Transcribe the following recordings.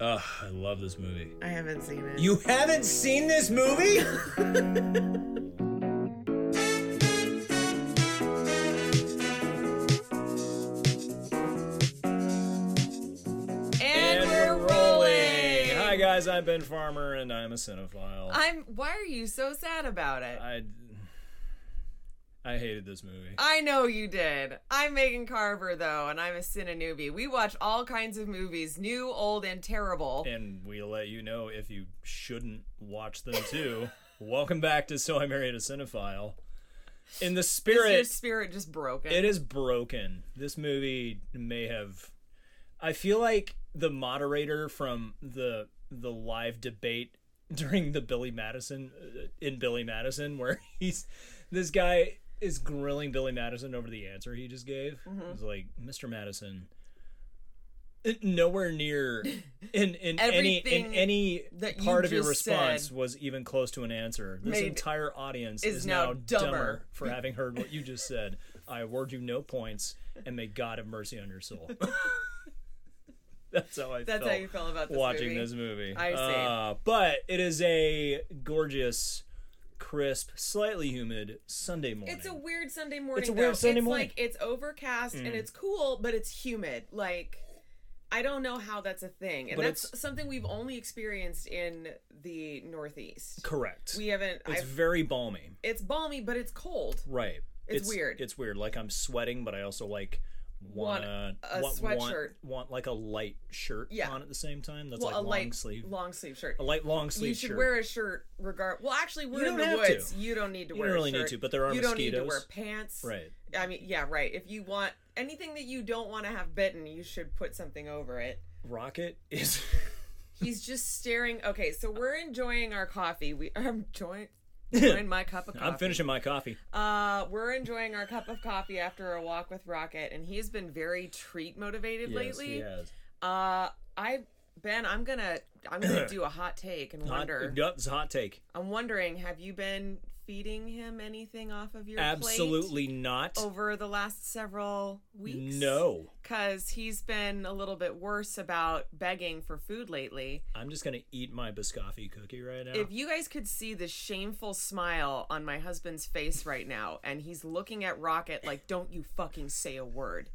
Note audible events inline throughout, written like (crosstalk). Ugh, I love this movie. I haven't seen it. You haven't seen this movie? and Hi guys, I'm Ben Farmer, and I'm a cinephile. I I'm. Why are you so sad about it? I, hated this movie. I know you did. I'm Megan Carver though, and I'm a cine newbie. We watch all kinds of movies, new, old, and terrible. and we'll let you know if you shouldn't watch them (laughs) too. Welcome back to So I Married a Cinephile. In the Is your spirit, spirit just broken? it is broken. This movie may have. I feel like the moderator from the the live debate (laughs) during the Billy Madison uh, in Billy Madison, where (laughs) he's this guy is grilling Billy Madison over the answer he just gave. Mm-hmm. He's like, "Mr. Madison." it- Nowhere (laughs) near in in any in Everything any that you part of your just response said was even close to an answer. This made- entire audience is is, now now, dumber. dumber. for having heard what you just said. I award you no points, and may God have mercy on your (laughs) soul. That's how I That's felt how you feel about this watching movie. this movie. I see. Uh, but it is a gorgeous, crisp, slightly humid Sunday morning. It's a weird Sunday morning. It's a though. weird Sunday it's morning. Mm. Like it's overcast and it's cool, but it's humid. Like I don't know how that's a thing, and But that's it's- something we've only experienced in the Northeast. correct. We haven't. it's I've, very balmy. it's balmy, but it's cold. Right. It's weird. It's weird. Like I'm sweating, but I also like Want wanna- a want sweatshirt. Want, want like a light shirt Yeah. on at the same time. That's Well, like a long light sleeve. long sleeve shirt. A light long sleeve You should shirt. wear a shirt regard. Well, actually, we're You in don't the have to. woods. You don't need to You wear. don't really a need shirt. to, but there are You don't need to mosquitoes. wear pants. right. I mean, yeah, right. If you want anything that you don't want to have bitten, you should put something over it. Rocket is (laughs) He's just staring. Okay, so we're enjoying our coffee. We (laughs) (laughs) are enjoying, enjoying my cup of coffee. I'm finishing my coffee. Uh, we're enjoying our cup of coffee after a walk with Rocket, and he has been very treat motivated lately. Yes, Uh, I Ben, I'm gonna (clears throat) I'm gonna do a hot take and he has. Hot, wonder. yep, it's a hot take. I'm wondering, have you been feeding him anything off of your plate Absolutely not. over the last several weeks? No. because he's been a little bit worse about begging for food lately. I'm just gonna eat my biscotti cookie right now. If you guys could see the shameful smile on my husband's face right now, and he's looking at Rocket like, don't you fucking say a word.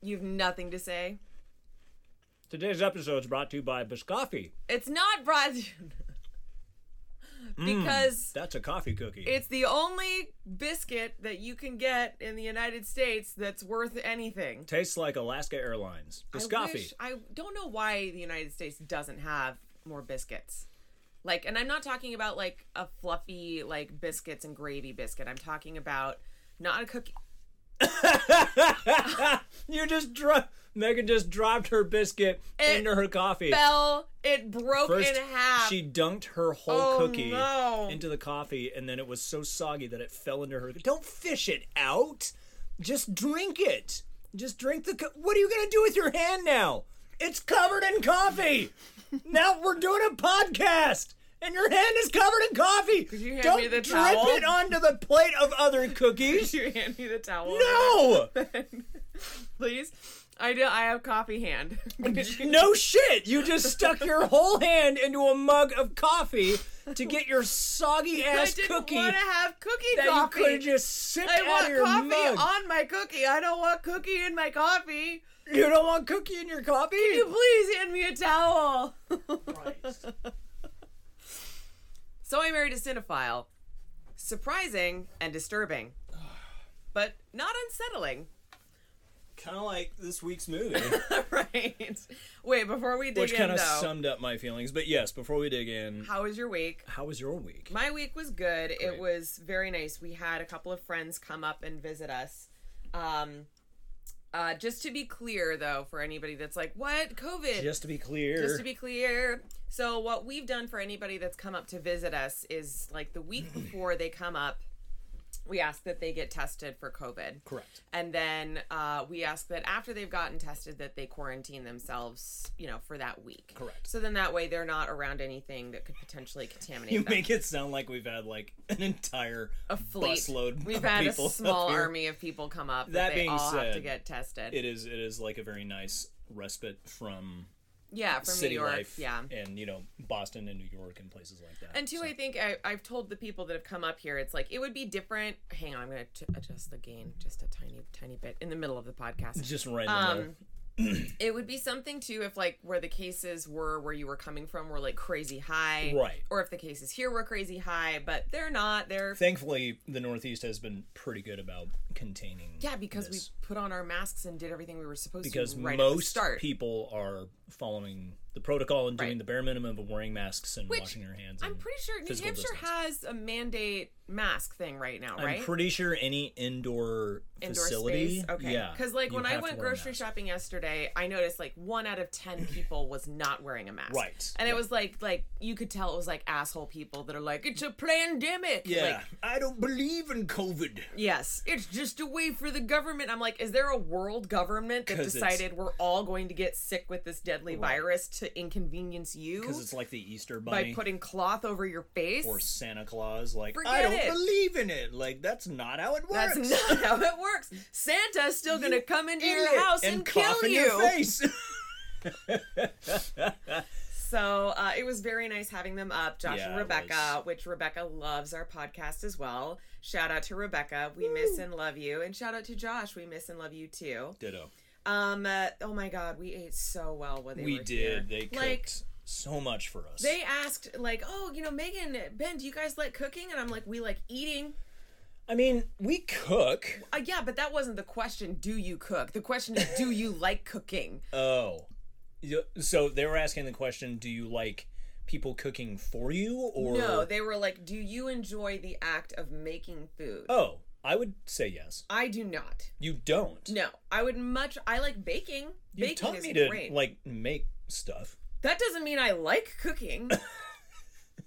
You have nothing to say? Today's episode is brought to you by Biscoffee. It's not brought because That's a coffee cookie. it's the only biscuit that you can get in the United States that's worth anything. Tastes like Alaska Airlines. I, wish- Biscoffee. I don't know why the United States doesn't have more biscuits. Like, and I'm not talking about like a fluffy like biscuits and gravy biscuit. I'm talking about not a cookie. you just dro- Megan just dropped her biscuit It into her coffee. Fell. It broke First, in half. (laughs) she dunked her whole Oh, cookie no. into the coffee, and then it was so soggy that it fell into her. Don't fish it out. Just drink it. Just drink the. Co- what are you gonna do with your hand now? It's covered in coffee. (laughs) now we're doing a podcast, and your hand is covered in coffee. you hand Don't me the drip towel? it onto the plate of other Did (laughs) cookies. you hand me the towel? (laughs) no, please. I do. I have coffee hand. (laughs) Could you- no shit. You just stuck your whole hand into a mug of coffee to get your soggy I ass didn't cookie. want to have cookie that coffee. you could have just sipped I out of want your coffee mug. on my cookie. I don't want cookie in my coffee. you don't want cookie in your coffee? (laughs) Could you please hand me a towel? So I married a cinephile. Surprising and disturbing, but not unsettling. (laughs) kind of like this week's movie, right. Wait, before we dig which in, kind of though, summed up my feelings. But yes, before we dig in, how was your week? how was your week? My week was good. It Great. was very nice. We had a couple of friends come up and visit us. Um, uh, just to be clear, though, for anybody that's like, "What COVID?" Just to be clear, Just to be clear. So what (clears throat) we've done for anybody that's come up to visit us is like the week before they come up, we ask that they get tested for COVID. Correct. And then uh, we ask that after they've gotten tested, that they quarantine themselves, you know, for that week. Correct. So then that way they're not around anything that could potentially (laughs) (laughs) contaminate You them. make it sound like we've had like an entire a fleet. busload We've of had people a small up here. army of people come up that, That they being all have to said, get tested. It is it is like a very nice respite from yeah, from city New York. life Yeah. and you know Boston and New York and places like that. And two, I think I, I've told the people that have come up here, it's like it would be different. Hang on, I'm going to adjust the gain just a tiny, tiny bit in the middle of the podcast. just right in the middle. Um, (clears throat) it would be something too if like where the cases were where you were coming from were like crazy high, Right. Or if the cases here were crazy high, but they're not. They're Thankfully, the Northeast has been pretty good about containing. yeah, because this. we put on our masks and did everything we were supposed because to. Right at the most start. people are following the protocol and doing Right. the bare minimum of wearing masks and washing their hands. I'm and pretty sure New physical Hampshire distance. has a mandate mask thing right now, right? I'm pretty sure any indoor, Indoor facility. space. Okay. Yeah. Because like you when I have to went wear a grocery mask. shopping yesterday, I noticed like one out (clears throat) of ten people was not wearing a mask. Right, And it was like like you could tell it was like asshole people that are like, It's a pandemic. Yeah. Like, I don't believe in COVID. yes. It's just a way for the government. I'm like, is there a world government that 'Cause it's- decided we're all going to get sick with this deadly virus to inconvenience you Because it's like the Easter by Bunny putting cloth over your face? or Santa Claus. Like, I Forget don't it. believe in it. Like, that's not how it works. That's not how it works. Santa's still going to come into your Idiot. house and, cough kill in you. your (laughs) face. So uh, it was very nice having them up, Josh Yeah, and it Rebecca, which Rebecca loves our podcast as well. Shout out to Rebecca. We miss and love you. And shout out to Josh. We miss and love you too. Ditto. Um, uh, oh my God, we ate so well when they We were did. here. They cooked Like, so much for us. they asked, like, oh, you know, Megan, Ben, do you guys like cooking? And I'm like, we like eating. I mean, we cook. Uh, yeah, but that wasn't the question, do you cook? The question is, (laughs) do you like cooking? Oh. You- So they were asking the question do you like people cooking for you? Or. No, they were like, do you enjoy the act of making food? oh, I would say yes. I do not. You don't. No, I would much. I like baking. You baking taught is me to, great. like, make stuff. that doesn't mean I like (laughs) cooking.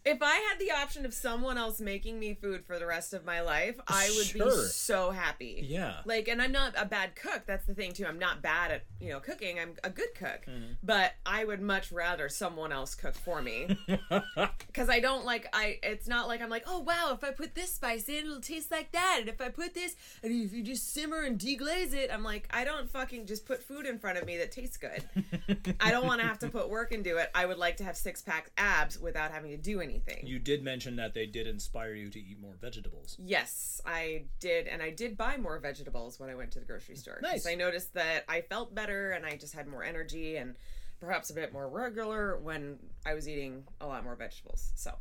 if I had the option of someone else making me food for the rest of my life, I would be Sure. so happy. Yeah. Like, and I'm not a bad cook. That's the thing too. I'm not bad at you know cooking. I'm a good cook, but I would much rather someone else cook for me because I don't like. I it's not like I'm like oh wow if I put this spice in it'll taste like that, and if I put this and if you just simmer and deglaze it, I'm like I don't fucking just put food in front of me that tastes good. I don't want to have to put work into it. I would like to have six pack abs without having to do anything. You did mention that they did inspire you to eat more vegetables. Yes, I did, and I did buy more vegetables when I went to the grocery store. 'cause Nice. I noticed that I felt better, and I just had more energy, and perhaps a bit more regular when I was eating a lot more vegetables. So.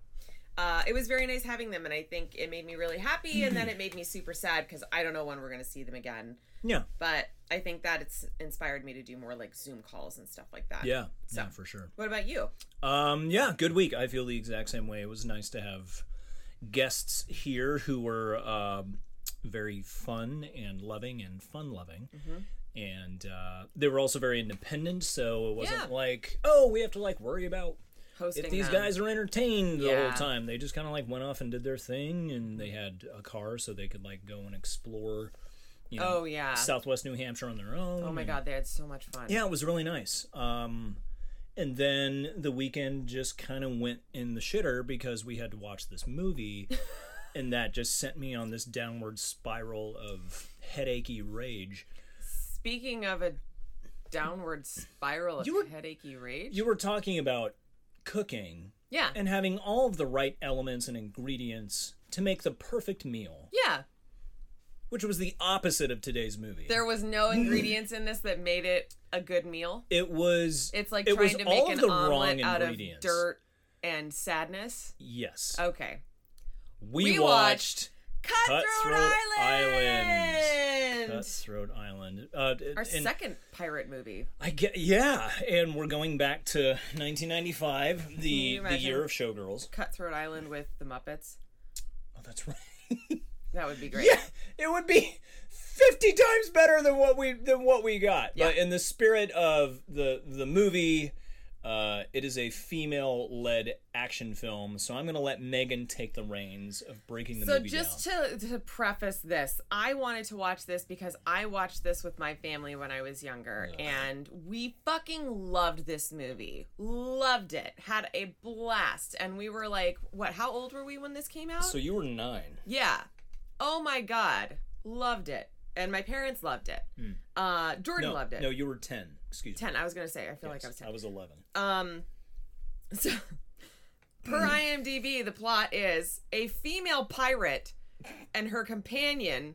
Uh, it was very nice having them, and I think it made me really happy. And then it made me super sad because I don't know when we're going to see them again. Yeah. But I think that it's inspired me to do more like Zoom calls and stuff like that. Yeah. Yeah, for sure. What about you? Um, yeah, good week. I feel the exact same way. It was nice to have guests here who were um, very fun and loving and fun loving. Mm-hmm. And uh, they were also very independent, so it wasn't Yeah. like, oh, we have to like worry about Hosting if these them. guys are entertained the Yeah. whole time. They just kind of like went off and did their thing, and they had a car so they could like go and explore, you know, Oh yeah. Southwest New Hampshire on their own. oh my god, they had so much fun. Yeah, it was really nice. Um, and then the weekend just kind of went in the shitter because we had to watch this (laughs) movie, and that just sent me on this downward spiral of headachy rage. Speaking of a downward spiral of You were- headachy rage. You were talking about cooking yeah. and having all of the right elements and ingredients to make the perfect meal, yeah. which was the opposite of today's movie. There was no ingredients in this that made it a good meal. it was It's like it trying was to all make an of the omelet wrong out of ingredients. dirt and sadness. Yes, Okay. we, we watched watched Cutthroat, Cutthroat Island. Cutthroat Island. Uh, Our and- second pirate movie. I get yeah, and we're going back to 1995, the you the imagine? year of showgirls. Cutthroat Island with the Muppets. Oh, that's right. (laughs) That would be great. it would be 50 times better than what we than what we got. But in the spirit of the the movie Uh, it is a female led action film, so I'm going to let Megan take the reins of breaking the So movie just down. to, to preface this, I wanted to watch this because I watched this with my family when I was younger, and we fucking loved this movie, loved it, had a blast, and we were like, what? How old were we when this came out? so you were nine. yeah. Oh my god, loved it, and my parents loved it. Uh, Jordan Hmm. No, loved it. no, you were 10. Excuse me. ten. I was gonna say. I feel like I was ten. I was 11. Um, so per IMDb, the plot is a female pirate and her companion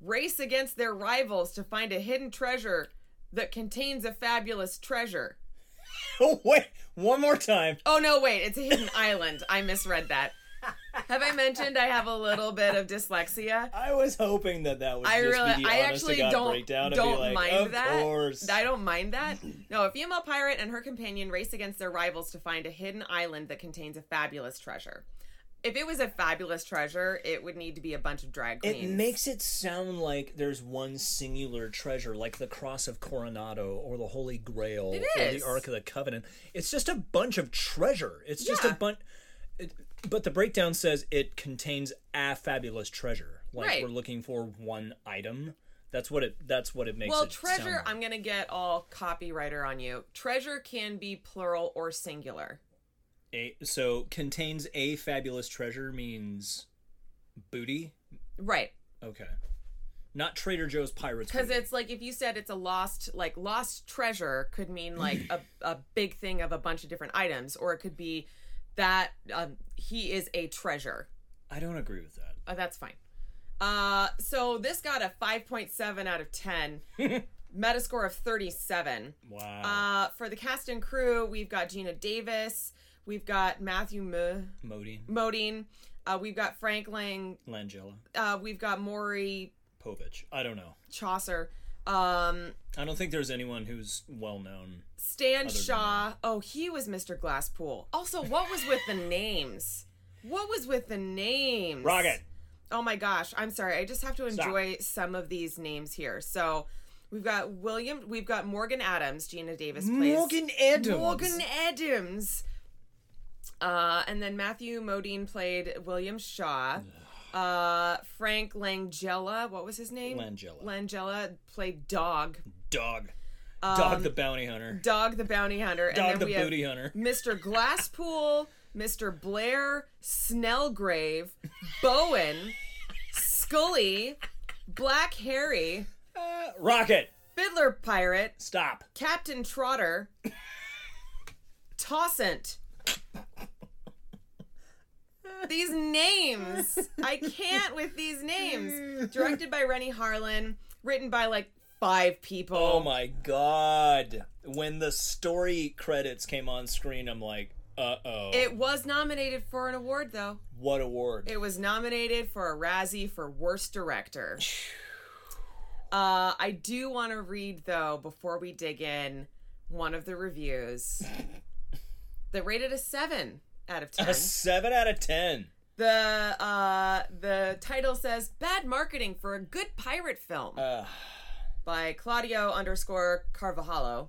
race against their rivals to find a hidden treasure that contains a fabulous treasure. (laughs) oh, wait. One more time. Oh no, wait, it's a hidden (laughs) island. I misread that. Have I mentioned I have a little bit of dyslexia? I was hoping that that would I just really, be the I honest actually to God don't breakdown and don't be like, mind of that. course. I don't mind that. No, a female pirate and her companion race against their rivals to find a hidden island that contains a fabulous treasure. If it was a fabulous treasure, it would need to be a bunch of drag It queens. makes it sound like there's one singular treasure, like the Cross of Coronado or the Holy Grail or is. the Ark of the Covenant. It's just a bunch of treasure. It's just a Yeah. bunch. But the breakdown says it contains a fabulous treasure. Like Right. we're looking for one item. That's what it. That's what it makes. well, it sound treasure. like. I'm gonna get all copywriter on you. Treasure can be plural or singular. A, so contains a fabulous treasure means booty. Right. Okay. Not Trader Joe's pirates. Because booty. it's like if you said it's a lost, like lost treasure could mean like a, a big thing of a bunch of different items, or it could be that um, he is a treasure. I don't agree with that. Uh, that's fine. Uh, so this got a 5.7 out of 10, Metascore of 37. Wow. Uh, for the cast and crew, we've got Gina Davis, we've got Matthew M- Modi Modine, uh, we've got Frank Lang, Langella. uh, we've got Maury Povich. I don't know. Chaucer. Um, I don't think there's anyone who's well known. Stan Shaw. Oh, he was Mr. Glasspool. Also, what was with the names? What was with the names? Oh my gosh. I'm sorry. I just have to enjoy some of these names here. So we've got William, we've got Morgan Adams, Gina Davis plays. Adams. Morgan Adams. Uh, and then Matthew Modine played William Shaw. Uh, Frank Langella, what was his name? Langella. Langella played Dog. Dog. Dog the bounty hunter. Dog the Bounty Hunter. and Dog Um, then the we have booty hunter. Mr. Glasspool, Mr. Blair, Snellgrave, Bowen, Scully, Black Harry, Rocket. Fiddler Pirate, Stop. Captain Trotter, Tossant. These names. I can't with these names. Directed by Rennie Harlan, written by like five people. Oh my god. When the story credits came on screen, I'm like, uh oh. It was nominated for an award though. What award? It was nominated for a Razzie for Worst Director. Uh, I do want to read, though, before we dig in, one of (laughs) the reviews that rated a 7 out of 10. A 7 out of 10. The, uh, the title says Bad Marketing for a Good Pirate Film Uh, by Claudio underscore Carvajalo.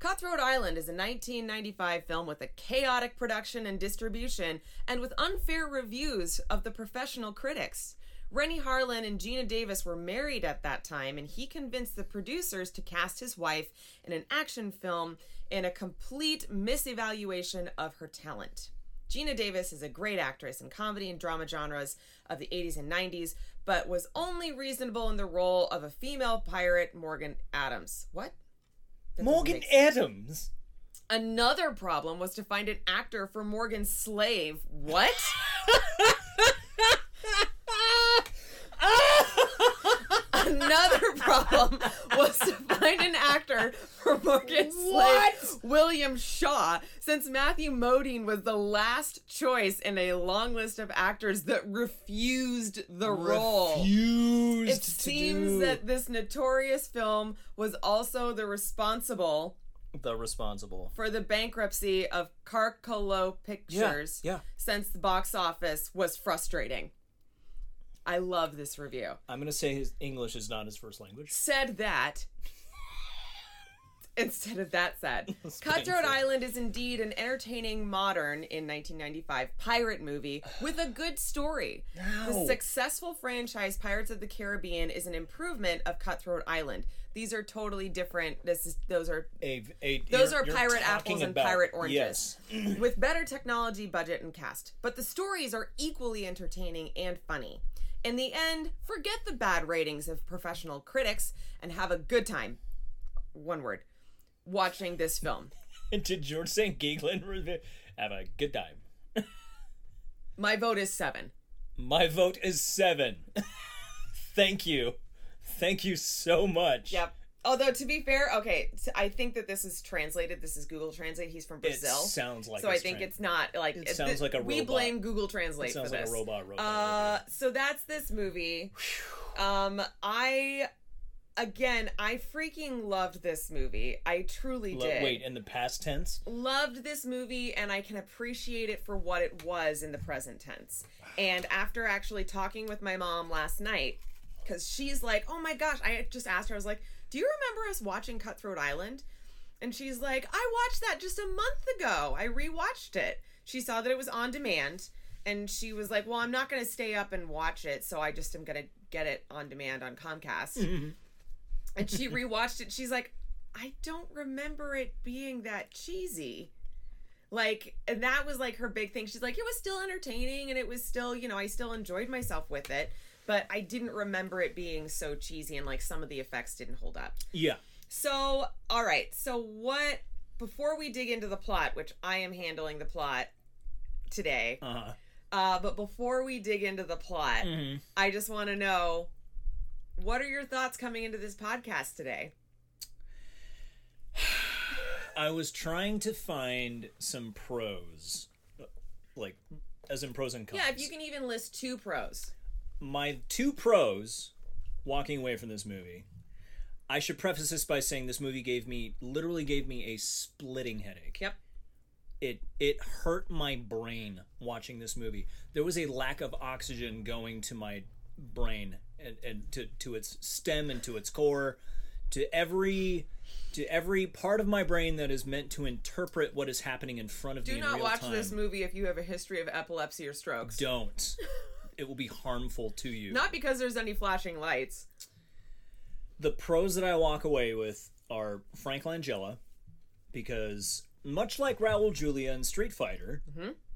Cutthroat Island is a 1995 film with a chaotic production and distribution and with unfair reviews of the professional critics. Rennie Harlan and Gina Davis were married at that time, and he convinced the producers to cast his wife in an action film in a complete misevaluation of her talent. Gina Davis is a great actress in comedy and drama genres of the 80s and 90s, but was only reasonable in the role of a female pirate, Morgan Adams. What? That doesn't Morgan make sense. Adams. Another problem was to find an actor for Morgan's slave. What? Another problem was to find an actor for Morgan's slave, What? William Shaw, since Matthew Modine was the last choice in a long list of actors that refused the role. Refused It to seems do that this notorious film was also the responsible the responsible. for the bankruptcy of Carcolo Pictures yeah. since the box office was frustrating. I love this review. I'm going to say his English is not his first language. Said that instead of that said. (laughs) Cutthroat Island is indeed an entertaining modern in 1995 pirate movie with a good story. The successful franchise Pirates of the Caribbean is an improvement of Cutthroat Island. These are totally different. This is those are A, a, those you're- are you're pirate talking apples and about- pirate oranges. Yes. (laughs) with better technology, budget, and cast. But the stories are equally entertaining and funny. In the end, forget the bad ratings of professional critics and have a good time. One word. Watching this film. Did George St. Giglin review? Have a good time. My vote is seven. My vote is seven. (laughs) Thank you. Thank you so much. Yep. Although to be fair, okay, t- I think that this is translated. This is Google Translate. He's from It Brazil, sounds like so I it's think tran- it's not like it sounds like a We robot. blame Google Translate sounds for like a this. robot robot. Uh, so that's this movie. Um, I again, I freaking loved this movie. I truly Lo- did. Wait, in the past tense? Loved this movie, and I can appreciate it for what it was in the present tense. And after actually talking with my mom last night, because she's like, "Oh my gosh!" I just asked her. I was like, "Do you remember us watching Cutthroat Island?" And she's like, I watched that just a month ago. I rewatched it. She saw that it was on demand and she was like, Well, I'm not going to stay up and watch it. So I just am going to get it on demand on Comcast. Mm-hmm. and she rewatched it. She's like, I don't remember it being that cheesy. Like, and that was like her big thing. She's like, It was still entertaining and it was still, you know, I still enjoyed myself with it. But I didn't remember it being so cheesy and like some of the effects didn't hold up. Yeah. So, all right. So, what before we dig into the plot, which I am handling the plot today, Uh huh. uh, but before we dig into the plot, Mhm. I just want to know what are your thoughts coming into this podcast today? I was trying to find some pros, like as in pros and cons. Yeah, if you can even list two pros. my two pros walking away from this movie. I should preface this by saying this movie gave me literally gave me a splitting headache. Yep. It it hurt my brain watching this movie. There was a lack of oxygen going to my brain and, and to, to its stem and to its core, to every to every part of my brain that is meant to interpret what is happening in front of Do me. in not real watch time. this movie if you have a history of epilepsy or strokes. Don't. it will be harmful to (laughs) you. Not because there's any flashing lights. the pros that I walk away with are Frank Langella, because much like Raul Julia in Street Fighter,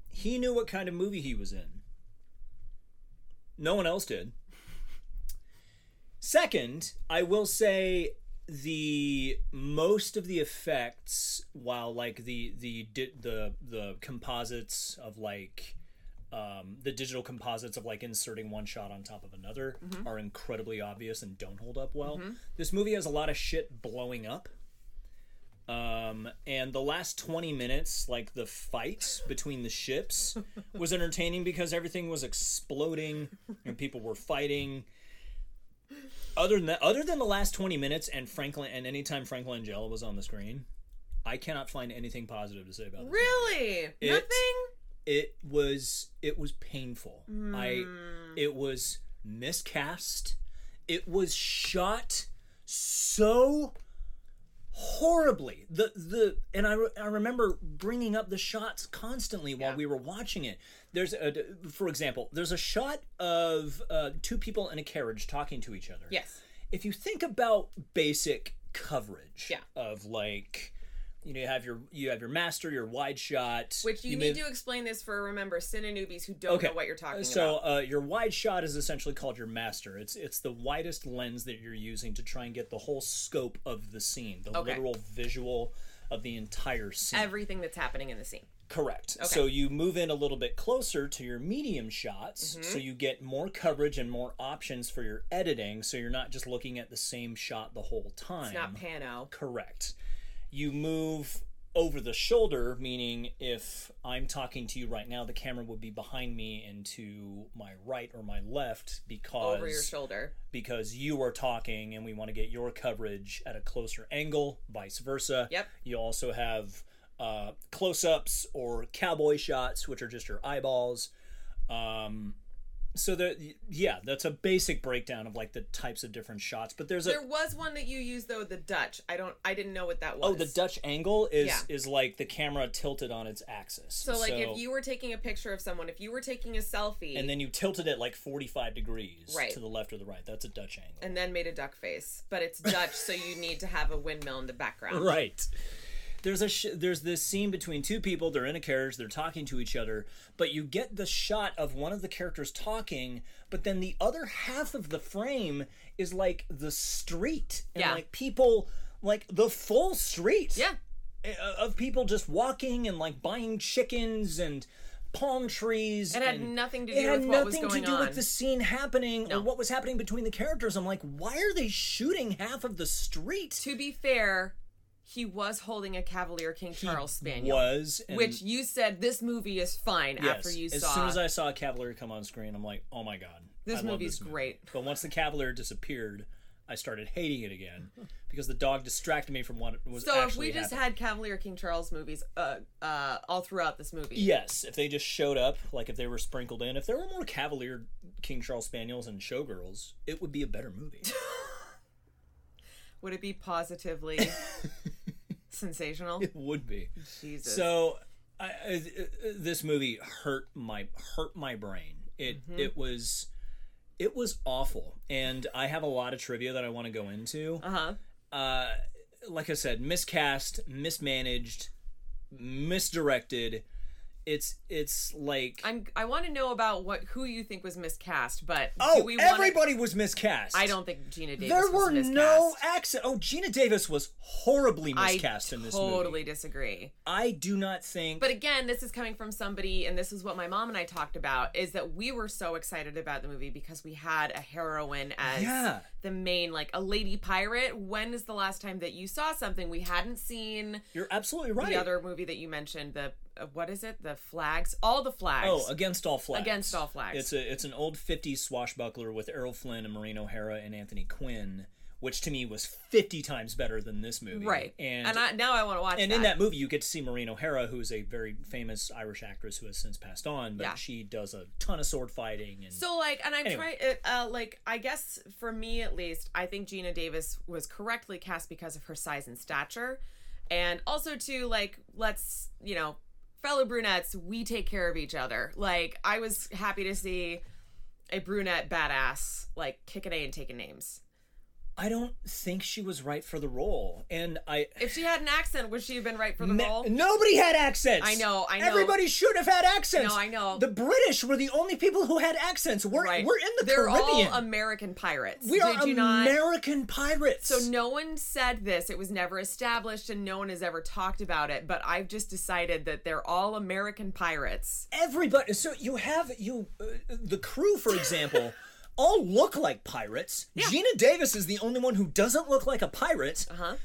he knew what kind of movie he was in. No one else did. Second, I will say the most of the effects, while like the the di- the the composites of like um, the digital composites of like inserting one shot on top of another are incredibly obvious and don't hold up well. This movie has a lot of shit blowing up. Um, and the last 20 minutes, like the fight between the ships, was entertaining because everything was exploding and people were fighting. Other than that, other than the last 20 minutes and Franklin and anytime Franklin Langella was on the screen, I cannot find anything positive to say about this Really? Nothing? it was it was painful. I Hmm. it was miscast. It was shot so horribly. The the and I, re- I remember bringing up the shots constantly while we were watching it. There's a for example, there's a shot of uh, two people in a carriage talking to each other Yes. if you think about basic coverage Yeah. of like you know you have your you have your master your wide shot Which you, may- need to explain this for, remember, Sin and newbies who don't know what you're talking so, about. uh, your wide shot is essentially called your master. It's it's the widest lens that you're using to try and get the whole scope of the scene, the Okay. literal visual of the entire scene. Everything that's happening in the scene. Correct. So you move in a little bit closer to your medium shots, Mm-hmm. so you get more coverage and more options for your editing. So you're not just looking at the same shot the whole time. It's not Pano. Correct. You move over the shoulder, meaning if I'm talking to you right now, the camera would be behind me and to my right or my left because over your shoulder. because you are talking and we want to get your coverage at a closer angle, vice versa. Yep. You also have uh, close ups or cowboy shots, which are just your eyeballs. Um, so there, yeah, that's a basic breakdown of like the types of different shots. But there's a There was one that you used though, the Dutch. I don't. I didn't know what that was. oh, the Dutch angle is Yeah. is like the camera tilted on its axis. So like, if you were taking a picture of someone, if you were taking a selfie, and then you tilted it like 45 degrees Right. to the left or the right, that's a Dutch angle. (laughs) and then made a duck face, but it's Dutch, so you need to have a windmill in the (laughs) background. right there's a sh- there's this scene between two people they're in a carriage they're talking to each other but you get the shot of one of the characters talking but then the other half of the frame is like the street and Yeah. like people like the full street Yeah. uh, of people just walking and like buying chickens and palm trees It had and- nothing to it do had with what was nothing going to do on. with the scene happening No. or what was happening between the characters i'm like why are they shooting half of the street To be fair, he was holding a Cavalier King Charles Spaniel, was and- which you said this movie is fine Yes. after you as saw. soon as I saw Cavalier come on screen, I'm like, oh my god, I This love movie's movie. great. But once the Cavalier disappeared, I started hating it again because the dog distracted me from what was so if actually we just happening. had Cavalier King Charles movies uh, uh, all throughout this movie, Yes, if they just showed up, like if they were sprinkled in, if there were more Cavalier King Charles Spaniels and Showgirls, it would be a better (laughs) movie. would it be positively (laughs) sensational? it would be. Jesus. So, I, I, this movie hurt my hurt my brain. It Mm-hmm. it was it was awful, and I have a lot of trivia that I want to go into. uh huh. uh, like I said, miscast, mismanaged, misdirected. It's it's like I'm. I want to know about what who you think was miscast, but oh, do we wanna- everybody was miscast. I don't think Gina Davis. There was were miscast. no accent. Oh, Gina Davis was horribly I miscast in this totally movie. disagree. I do not think. But again, this is coming from somebody, and this is what my mom and I talked about: is that we were so excited about the movie because we had a heroine as Yeah. the main, like a lady pirate. When is the last time that you saw something we hadn't seen? you're absolutely right. The other movie that you mentioned, the uh, what is it? The flags, all the flags. Oh, against all flags. Against All Flags. It's a it's an old '50s swashbuckler with Errol Flynn and Maureen O'Hara and Anthony Quinn, which to me was 50 times better than this movie. right. And, I, now I want to watch. and in that movie you get to see Maureen O'Hara, who is a very famous Irish actress who has since passed on, but Yeah. she does a ton of sword fighting and So like, and I'm Anyway. trying, uh, like, I guess for me at least, I think Gina Davis was correctly cast because of her size and stature, and also too, like, let's you know, fellow brunettes, we take care of each other. Like, I was happy to see a brunette badass like kicking a and taking names. I don't think she was right for the role. And I If she had an accent, would she have been right for the Ne- role? nobody had accents. I know, I know. Everybody should have had accents. No, I know. The British were the only people who had accents. We're Right. we're in the They're Caribbean. all American pirates. we are Did you not? American pirates. So no one said this. It was never established and no one has ever talked about it, but I've just decided that they're all American pirates. everybody so you have you uh, the crew for (laughs) example all look like pirates gina davis is the only one who doesn't look like a pirate Uh-huh.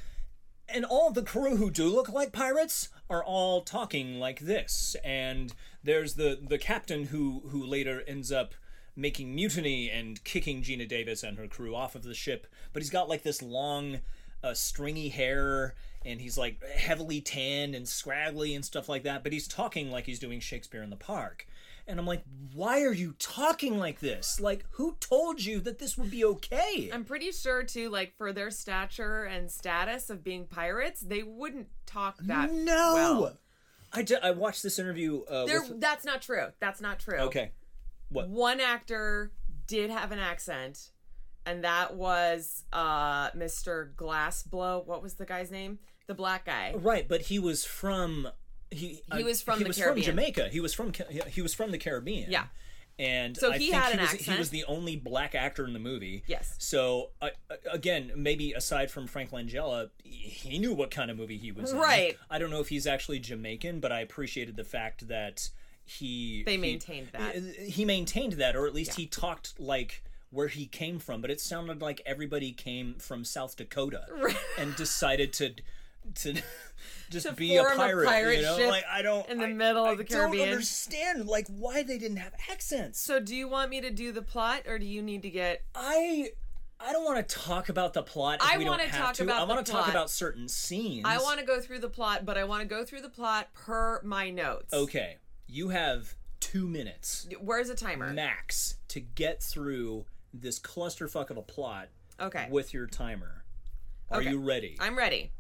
and all the crew who do look like pirates are all talking like this and there's the the captain who who later ends up making mutiny and kicking gina davis and her crew off of the ship but he's got like this long uh, stringy hair and he's like heavily tanned and scraggly and stuff like that but he's talking like he's doing shakespeare in the park and i'm like why are you talking like this like who told you that this would be okay I'm pretty sure too like for their stature and status of being pirates, they wouldn't talk that no well. I, d- I watched this interview uh, There with that's not true. That's not true. Okay. One actor did have an accent and that was uh Mr. Glassblow. What was the guy's name? The black guy. Right, but he was from he uh, He was from he the was Caribbean. from Jamaica. He was from Ca- he- he was from the Caribbean. Yeah. And So I he think had an he was, accent. He was the only black actor in the movie. Yes. So uh, uh, again, maybe aside from Frank Langella, he knew what kind of movie he was in. Right. I don't know if he's actually Jamaican, but I appreciated the fact that he They he- Uh, maintained that. he maintained that, or at least he talked like where he came from. But it sounded like everybody came from South (laughs) Dakota and decided to to (laughs) just To be a form a pirate. pirate you know, ship like I don't in the I- middle of I the Don't Caribbean. understand like why they didn't have accents. So do you want me to do the plot or do you need to get I I don't want to talk about the plot. If I we don't wanna have talk to. about I the wanna talk plot. about certain scenes. I want to go through the plot, but I want to go through the plot per my notes. Okay, you have two minutes Where's a timer? max to get through this clusterfuck of a plot okay. with your timer. Are Okay. you ready? I'm Oh, ready.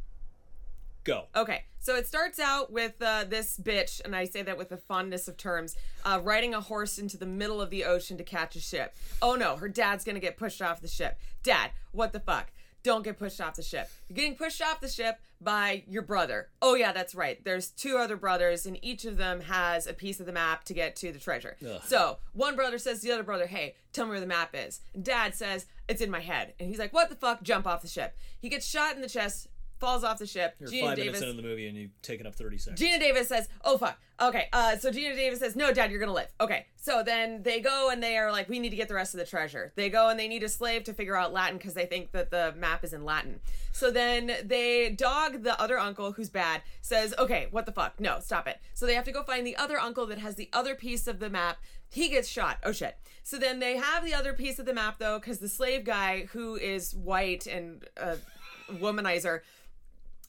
Go. Okay, so it starts out with uh, this bitch, and I say that with the fondness of terms, uh, riding a horse into the middle of the ocean to catch a ship. Oh no, her dad's gonna get pushed off the ship. Dad, what the fuck? Don't get pushed off the ship. You're getting pushed off the ship by your brother. Oh yeah, that's right. There's two other brothers, and each of them has a piece of the map to get to the treasure. So one brother says to the other brother, "Hey, tell me where the map is." Dad says, "It's in my head," and he's like, "What the fuck? Jump off the ship." He gets shot in the chest. Falls off the ship. You're Gina five Davis. minutes into the movie and you've taken up 30 seconds. Gina Davis says, "Oh fuck, okay." Uh, so Gina Davis says, "No, Dad, you're gonna live." Okay, so then they go and they are like, "We need to get the rest of the treasure." They go and they need a slave to figure out Latin because they think that the map is in Latin. So then they dog the other uncle who's bad says, "Okay, what the fuck? No, stop it." So they have to go find the other uncle that has the other piece of the map. He gets shot. Oh shit. So then they have the other piece of the map though, because the slave guy who is white and a womanizer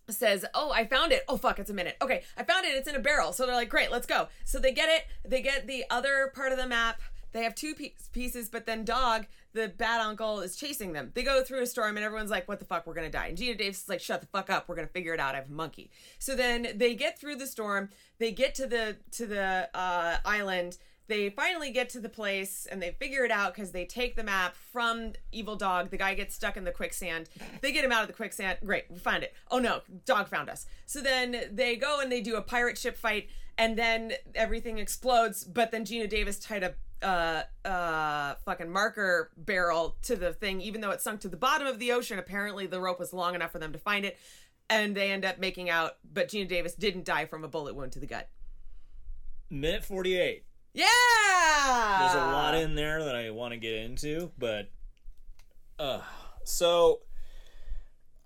says, "Oh, I found it. Oh fuck, it's a minute. Okay, I found it. It's in a barrel." So they're like, "Great, let's go." So they get it. They get the other part of the map. They have two pie- pieces, but then Dog, the bad uncle, is chasing them. They go through a storm, and everyone's like, "What the fuck? We're gonna die." And Gina Davis is like, "Shut the fuck up. We're gonna figure it out. I have a monkey." So then they get through the storm. They get to the to the uh, island. They finally get to the place and they figure it out because they take the map from Evil Dog. The guy gets stuck in the quicksand. They get him out of the quicksand. Great, we find it. Oh no, Dog found us. So then they go and they do a pirate ship fight, and then everything explodes. But then Gina Davis tied a uh uh fucking marker barrel to the thing even though it sunk to the bottom of the ocean apparently the rope was long enough for them to find it and they end up making out but Gina Davis didn't die from a bullet wound to the gut Minute 48. yeah There's a lot in there that I want to get into, but uh so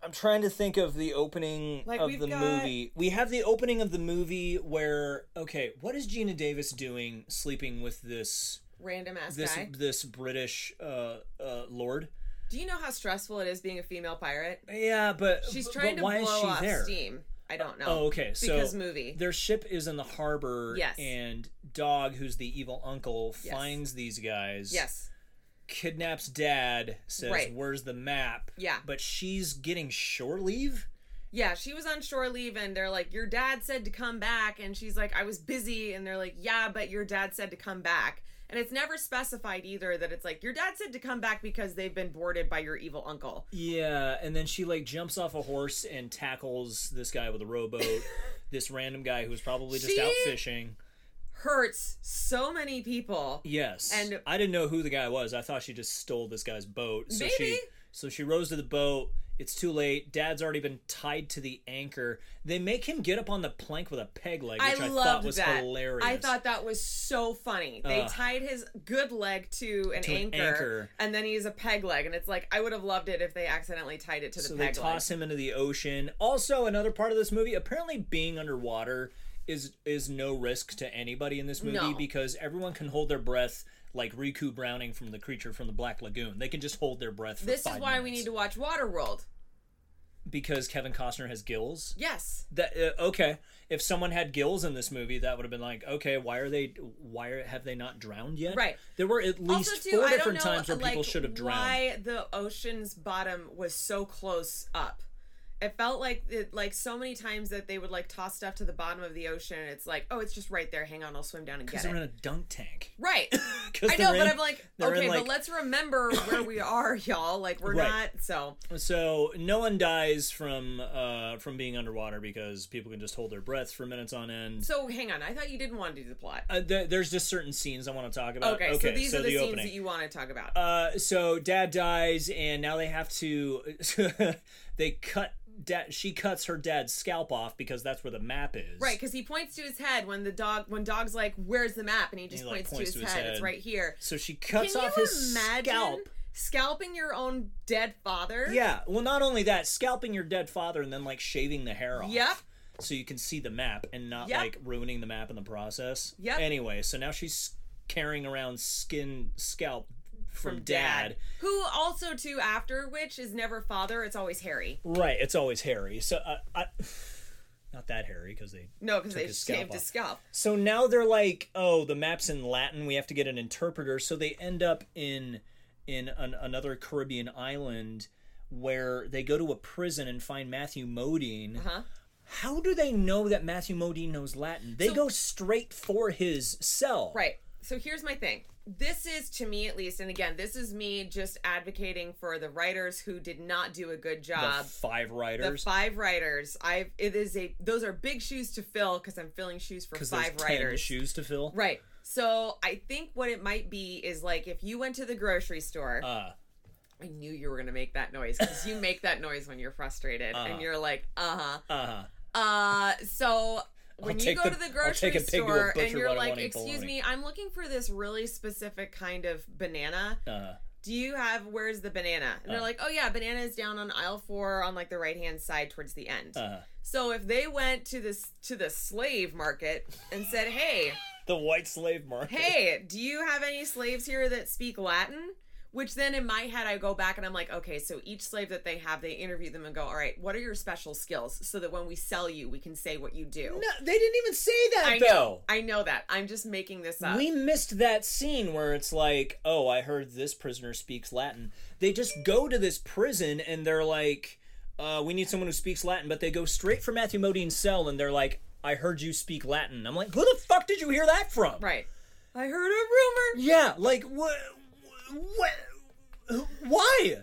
I'm trying to think of the opening Like, of we've the got- movie. We have the opening of the movie where okay, what is Gina Davis doing sleeping with this random ass this guy this British uh uh lord? do you know how stressful it is being a female pirate Yeah, but she's but trying to why blow is she off there? steam I don't know Oh, okay. So because movie Their ship is in the harbor Yes. and Dog, who's the evil uncle, Yes. finds these guys. yes kidnaps dad, says, Right. Where's the map? Yeah. But she's getting shore leave? Yeah, she was on shore leave and they're like, Your dad said to come back. And she's like, I was busy. And they're like, Yeah, but your dad said to come back. And it's never specified either that it's like, Your dad said to come back because they've been boarded by your evil uncle. Yeah. And then she, like, jumps off a horse and tackles this guy with a (laughs) rowboat, this random guy who was probably just She- out fishing. Hurts so many people. Yes. And- I didn't know who the guy was. I thought she just stole this guy's boat. So she Maybe. so she rows to the boat. It's too late. Dad's already been tied to the anchor. They make him get up on the plank with a peg leg, I, which I, thought loved was that. hilarious. I thought that was so funny. They Ugh. tied his good leg to an, an anchor, anchor. and then he's a peg leg, and it's like I would have loved it if they accidentally tied it to the so they peg leg. toss him into the ocean. Also, another part of this movie, apparently being underwater is is no risk to anybody in this movie No. because everyone can hold their breath like Riku Browning from the creature from the Black Lagoon. They can just hold their breath for This is five why we minutes. need to watch Waterworld. because Kevin Costner has gills. Yes. That uh, okay, if someone had gills in this movie, that would have been like, okay, why are they why are, have they not drowned yet? Right. There were at least also, too, four I don't different know, times where people like, should have drowned. Why the ocean's bottom was so close up? It felt like it, like so many times that they would like toss stuff to the bottom of the ocean. and It's like, oh, it's just right there. Hang on, I'll swim down and get Because they're it. in a dunk tank. (laughs) Right. 'Cause I know, they're but in- I'm like, they're in, okay, like- but let's remember where we are, (laughs) y'all. Like we're Right. not so. So no one dies from uh, from being underwater because people can just hold their breath for minutes on end. So hang on. I thought you didn't want to do the plot. Uh, there, there's just certain scenes I want to talk about. Okay, so these are the, scenes opening. that you want to talk about. uh, so dad dies, and now they have to. (laughs) they cut dad. She cuts her dad's scalp off because that's where the map is. Right, because he points to his head when the dog when dog's like, "Where's the map?" and he just like, points, to his, head. It's head. right here. So she cuts Can off you his imagine scalp. scalping your own dead father? Yeah. Well, not only that, scalping your dead father and then like shaving the hair off. Yep. So you can see the map and not Yep. like ruining the map in the process. Yep. Anyway, so now she's carrying around skin scalp from, dad. Who also too after which is never father, it's always Harry. Right. It's always Harry. So uh, I. Now (sighs) not that hairy because they No, because they his just scalp shaved his off. scalp. So now they're like, oh, the map's in Latin. We have to get an interpreter. So they end up in in an, another Caribbean island where they go to a prison and find Matthew Modine. Huh? How do they know that Matthew Modine knows Latin? They So- go straight for his cell. Right. So here's my thing. This is to me at least, and again, this is me just advocating for the writers who did not do a good Uh, The job. five The writers. five writers. I've it is a those are big shoes to fill because I'm filling shoes for Because five there's ten writers. shoes to fill. Right. So I think what it might be is like if you went to the grocery store. Uh, I knew you were gonna make that noise because you make that noise when you're frustrated Uh-huh. and you're like, uh uh, huh. Uh so when you take go the- to the I'll grocery take a pig to a store butcher, and you're but I like, won't eat excuse bologna." me, I'm looking for this really specific kind of banana. uh, Do you have where's the banana? And they're Uh. like, Oh yeah, banana is down on aisle four on like the right hand side towards the end. uh. So if they went to this to the slave market and said, Hey, The white slave market. (laughs) hey, do you have any slaves here that speak Latin? Which then in my head, I go back and I'm like, okay, so each slave that they have, they interview them and go, all right, what are your special skills so that when we sell you, we can say what you do? No, they didn't even say that I though. know, I know that. I'm just making this up. We missed that scene where it's like, oh, I heard this prisoner speaks Latin. They just go to this prison and they're like, uh, we need someone who speaks Latin, but they go straight for Matthew Modine's cell and they're like, I heard you speak Latin. I'm like, who the fuck did you hear that from? right. I heard a rumor. Yeah, like what? What? Why?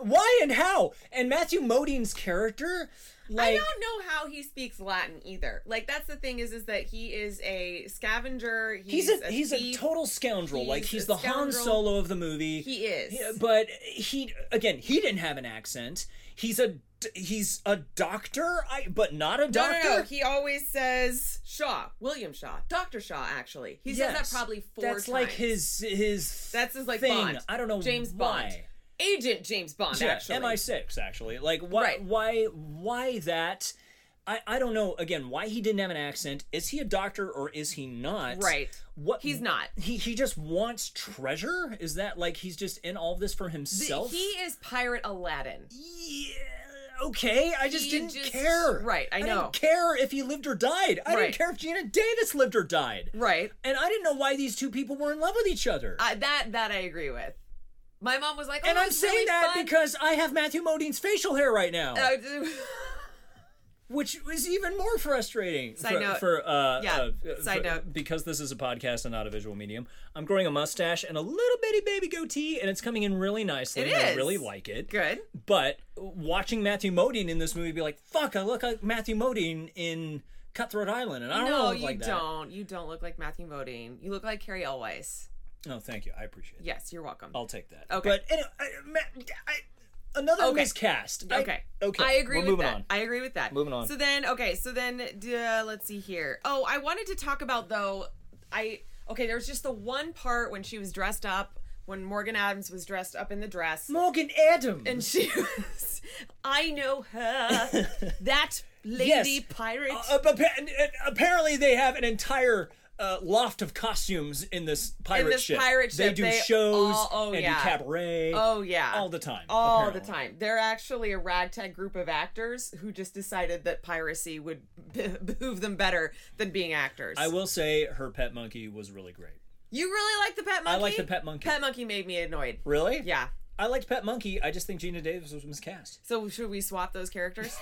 Why and how? And Matthew Modine's character, I like, don't know how he speaks Latin either. Like that's the thing is, is that he is a scavenger. He's, he's a he's a thief. total scoundrel. like He's he's a the Han scoundrel. Solo of the movie. He is. Yeah, but he again, he didn't have an accent. He's a he's a doctor, I but not a No, doctor. no, no. He always says Shaw, William Shaw, Doctor Shaw. Actually, he says Yes. that probably four That's times. like his his That's his, like, thing. Bond. I don't know James why. Bond, Agent James Bond. Yeah, actually, MI6 actually. Like why Right. why why that I, I don't know again why he didn't have an accent. Is he a doctor or is he not? Right. What He's not. He he just wants treasure? Is that like he's just in all of this for Th- himself? He is Pirate Aladdin. yeah, okay. I just He didn't just- care. right, I know. didn't care if he lived or died. I Right. didn't care if Gina Davis lived or died. Right. And I didn't know why these two people were in love with each other. I, that that I agree with. My mom was like, oh, and it I'm was saying really that fun. because I have Matthew Modine's facial hair right now, Uh, which is even more frustrating. Side for, note. for, uh, Yeah, uh, side for- note. because this is a podcast and not a visual medium. I'm growing a mustache and a little bitty baby goatee, and it's coming in really nicely. It and I is. really like it. (laughs) good. But watching Matthew Modine in this movie, be like, "Fuck, I look like Matthew Modine in Cutthroat Island," and I don't No, look you like that. don't. You don't look like Matthew Modine. You look like Carrie Elwes. No, thank you, I appreciate it. Yes, you're welcome. I'll take that. Okay. but anyway, I, Ma- I- another Okay. miscast. I- Okay. okay, I agree We're with moving that. on. I agree with that. Moving on. So then, okay. So then, uh, let's see here. Oh, I wanted to talk about though. I okay. There was just the one part when she was dressed up. When Morgan Adams was dressed up in the dress, Morgan Adams. and (laughs) she was, I know (laughs) her, that lady Yes. pirate. Uh, appa- and- and apparently, they have an entire uh, loft of costumes in this pirate this ship. pirate They ship, do they shows all- oh, and yeah. do cabaret. oh yeah, all the time. all apparently. the time. They're actually a ragtag group of actors who just decided that piracy would (laughs) be- behoove them better than being actors. I will say, her pet monkey was really great. You really like the pet monkey? I like the pet monkey. Pet monkey made me annoyed. Really? Yeah. I liked Pet Monkey. I just think Gina Davis was miscast. So should we swap those (laughs) characters?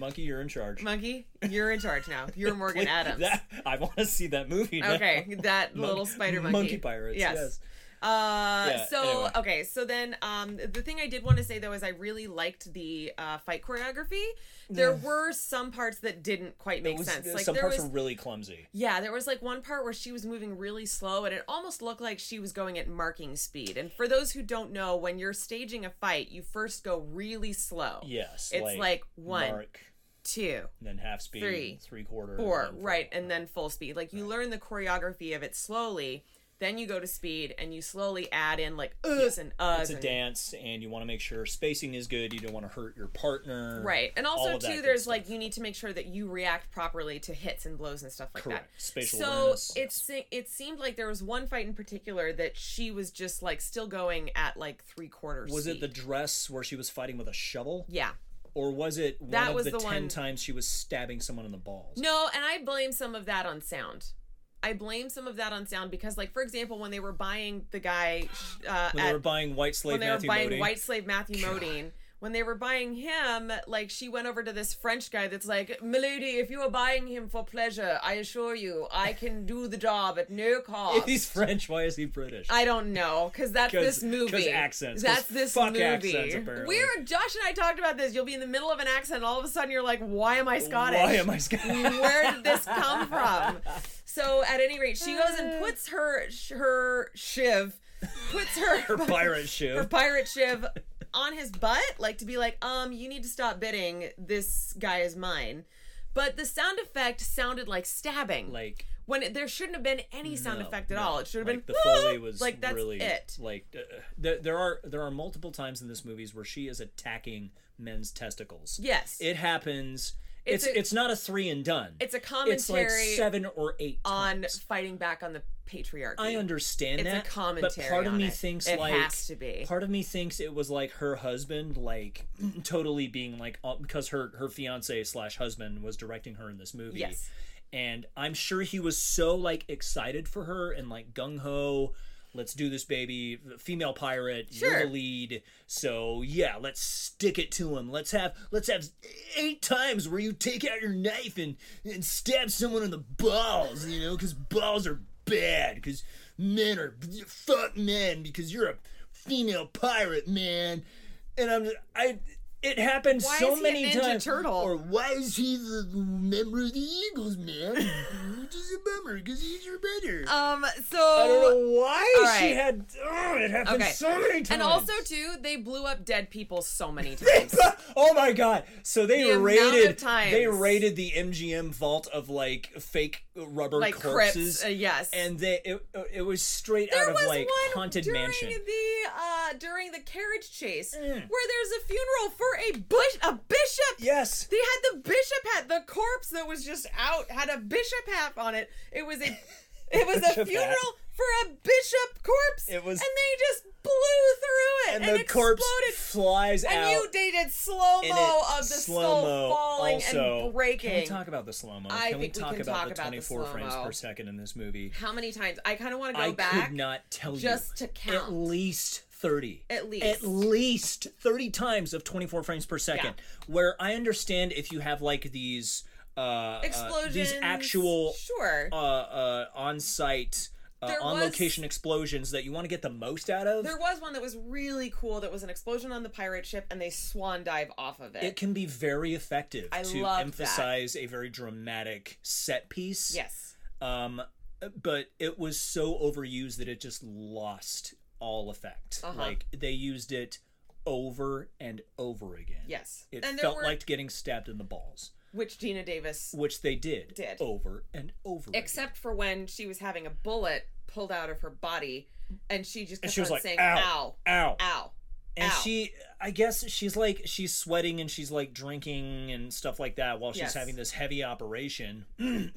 Monkey, you're in charge. monkey, you're in charge now. (laughs) You're Morgan Adams. That, I want to see that movie. Now. okay, that little spider monkey. Monkey pirates. Yes. Uh, Yeah, so anyway. okay, so then um, the thing I did want to say though is I really liked the uh, fight choreography. There were some parts that didn't quite make It was- uh, sense. Like some there parts was were really clumsy. Yeah, there was like one part where she was moving really slow and it almost looked like she was going at marking speed. And for those who don't know, when you're staging a fight, you first go really slow. Yes. It's like one, mark, two, then half speed, three, three quarter, four, and then right, and then full speed. Like you learn the choreography of it slowly, then you go to speed and you slowly add in like uhs and uhs. It's a and, dance, and you want to make sure spacing is good. You don't want to hurt your partner. Right. And all also of that too good there's stuff. like you need to make sure that you react properly to hits and blows and stuff like Correct. that. Spatial so awareness, it se- it seemed like there was one fight in particular that she was just like still going at like 3 quarters Was it the speed. dress where she was fighting with a shovel? Yeah. or was it one That of was the, the ten one- times she was stabbing someone in the balls? No, and I blame some of that on sound. I blame some of that on sound because, like, for example, when they were buying the guy sh- uh, when at they were buying white slave when they Matthew were buying Modine. white slave Matthew Modine, when they were buying him, like she went over to this French guy that's like, Milady, if you are buying him for pleasure, I assure you, I can do the job at no cost. If (laughs) he's French, why is he British? I don't know, cause that's 'Cause- this movie. 'cause accents, 'cause That's this fuck movie. accents, apparently. We're Josh and I talked about this. You'll be in the middle of an accent, all of a sudden you're like, why am I Scottish? Why am I Scottish? Where did this come from? So at any rate, she (laughs) goes and puts her her shiv, puts (laughs) her (laughs) Her pirate her ship. pirate shiv on his butt, like to be like, um, you need to stop bidding. This guy is mine. But the sound effect sounded like stabbing. like when it, there shouldn't have been any sound no, effect at no. all. It should have like been the (laughs) foley was like that's really it. like uh, uh, there, there are there are multiple times in this movies where she is attacking men's testicles. Yes. It happens. It's It's it's, a- not a three and done. it's a it's like commentary seven or eight on times. fighting back on the patriarchy. I understand It's a that. commentary But part of on me it. thinks It like has to be. Part of me thinks it was like her husband, like (clears throat) totally being like uh, because her her fiance slash husband was directing her in this movie. Yes. And I'm sure he was so like excited for her and like gung ho. Let's do this, baby. Female pirate, you're Sure. the lead. So yeah, let's stick it to him. Let's have let's have eight times where you take out your knife and and stab someone in the balls. You know, because balls are bad. Because men are fuck men. Because you're a female pirate, man. And I'm I. It happened Why so is he a many Ninja times. Turtle? Or why is he the member of the Eagles, man? Which is a bummer because he's your brother. Um. So I don't know why All she right. had. Oh, it happened Okay. so many times. (laughs) And also too, they blew up dead people so many (laughs) times. oh my god! So they The amount raided. of times. They raided the MGM vault of like fake rubber like corpses, crypts, uh, yes. and they it, it was straight out there of was like one haunted during mansion. Mm. the uh, during the carriage chase where there's a funeral for a bush a bishop. Yes. They had the bishop hat. The corpse that was just out had a bishop hat on it. It (laughs) was a it was Bishop a hat. funeral for a bishop corpse. It was- and they just blew through it and and, the corpse exploded. flies and out. you dated slow and mo it- Oh, of the skull slow-mo falling also, and breaking. Can we talk about the slow mo? I Can we think we talk can about talk the about the 24 frames slow-mo. per second in this movie? How many times? I kind of want to go I back. could not uh, tell you. just to count. At least 30. At least. At least 30 times of 24 frames per second. Where I understand if you have like these uh, uh, Explosions. these actual Sure. uh, uh, on site uh, There on was- location explosions that you want to get the most out of. there was one that was really cool. That was an explosion on the pirate ship, and they swan dive off of it. it can be very effective I to love that. emphasize a very dramatic set piece. yes. Um, but it was so overused that it just lost all effect. Uh-huh. Like they used it over and over again. Yes. It and there felt were like getting stabbed in the balls, which Gina Davis, which they did, Did. over and over. again. except for when she was having a bullet pulled out of her body, and she just and kept she was on like, saying, "Ow, "Ow, ow, ow." and ow." she, I guess she's like she's sweating and she's like drinking and stuff like that while she's Yes. having this heavy operation.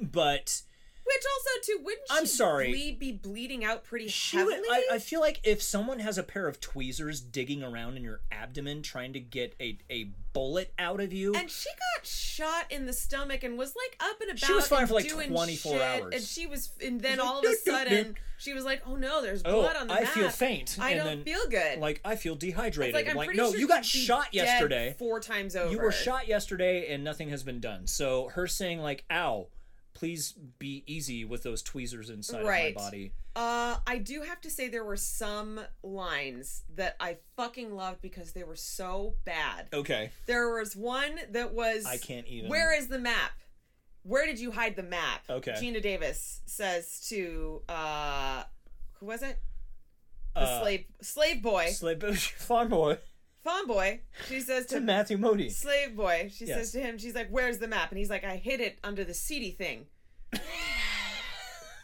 (clears throat) but Which also, too, wouldn't she I'm sorry. ble- be bleeding out pretty She would, heavily? I, I feel like if someone has a pair of tweezers digging around in your abdomen trying to get a, a bullet out of you, and she got shot in the stomach and was like up and about. was fine and for, like, doing 24 shit, hours. And she was, and then like, all of a "Doot, doot, sudden, doot." she was like, "Oh no, there's oh, blood on the I mat. feel faint. I and don't then, feel good." Like, I feel dehydrated. It's like I'm I'm like, pretty no, sure you got she'd be shot dead yesterday. four times over. You were shot yesterday and nothing has been done. So her saying, like, ow, please be easy with those tweezers inside Right. of my body. Uh, I do have to say there were some lines that I fucking loved because they were so bad. Okay. There was one that was I can't even. Where is the map? Where did you hide the map? Okay. Gina Davis says to uh, who was it? The Uh, slave slave boy, Slip farm boy farm boy. She (laughs) says to to Matthew Modi. slave boy. She Yes. says to him, she's like, "Where's the map?" And he's like, "I hid it under the seedy thing."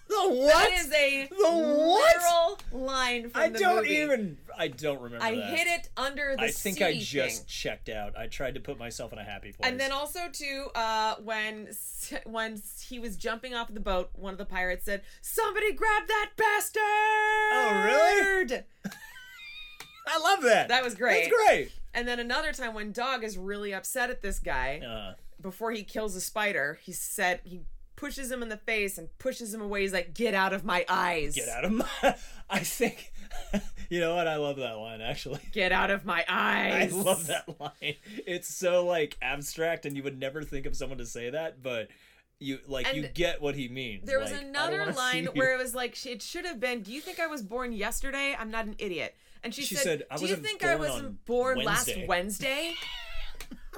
The what? That is a what? literal line from I the don't movie. even. I don't remember. I that. hid it under the I think seedy I just thing. checked out. I tried to put myself in a happy place. And then also too, uh, when s- when he was jumping off the boat, one of the pirates said, "Somebody grab that bastard!" Oh, really? I love that. That was great. That's great. And then another time when Dog is really upset at this guy, Uh, before he kills the spider, he said he pushes him in the face and pushes him away. He's like, "Get out of my eyes! get out of my. (laughs) I think. (laughs) You know what? I love that line actually. (laughs) Get out of my I eyes!" love that line. It's so like abstract, and you would never think of someone to say that, but you like And you get what he means. There was Like, I don't another wanna line see you- (laughs) where it was like, "It should have been." Do you think I was born yesterday? I'm not an idiot. And she, She said, said, "I "Do you wasn't think I born was on born Wednesday." (laughs) last Wednesday?"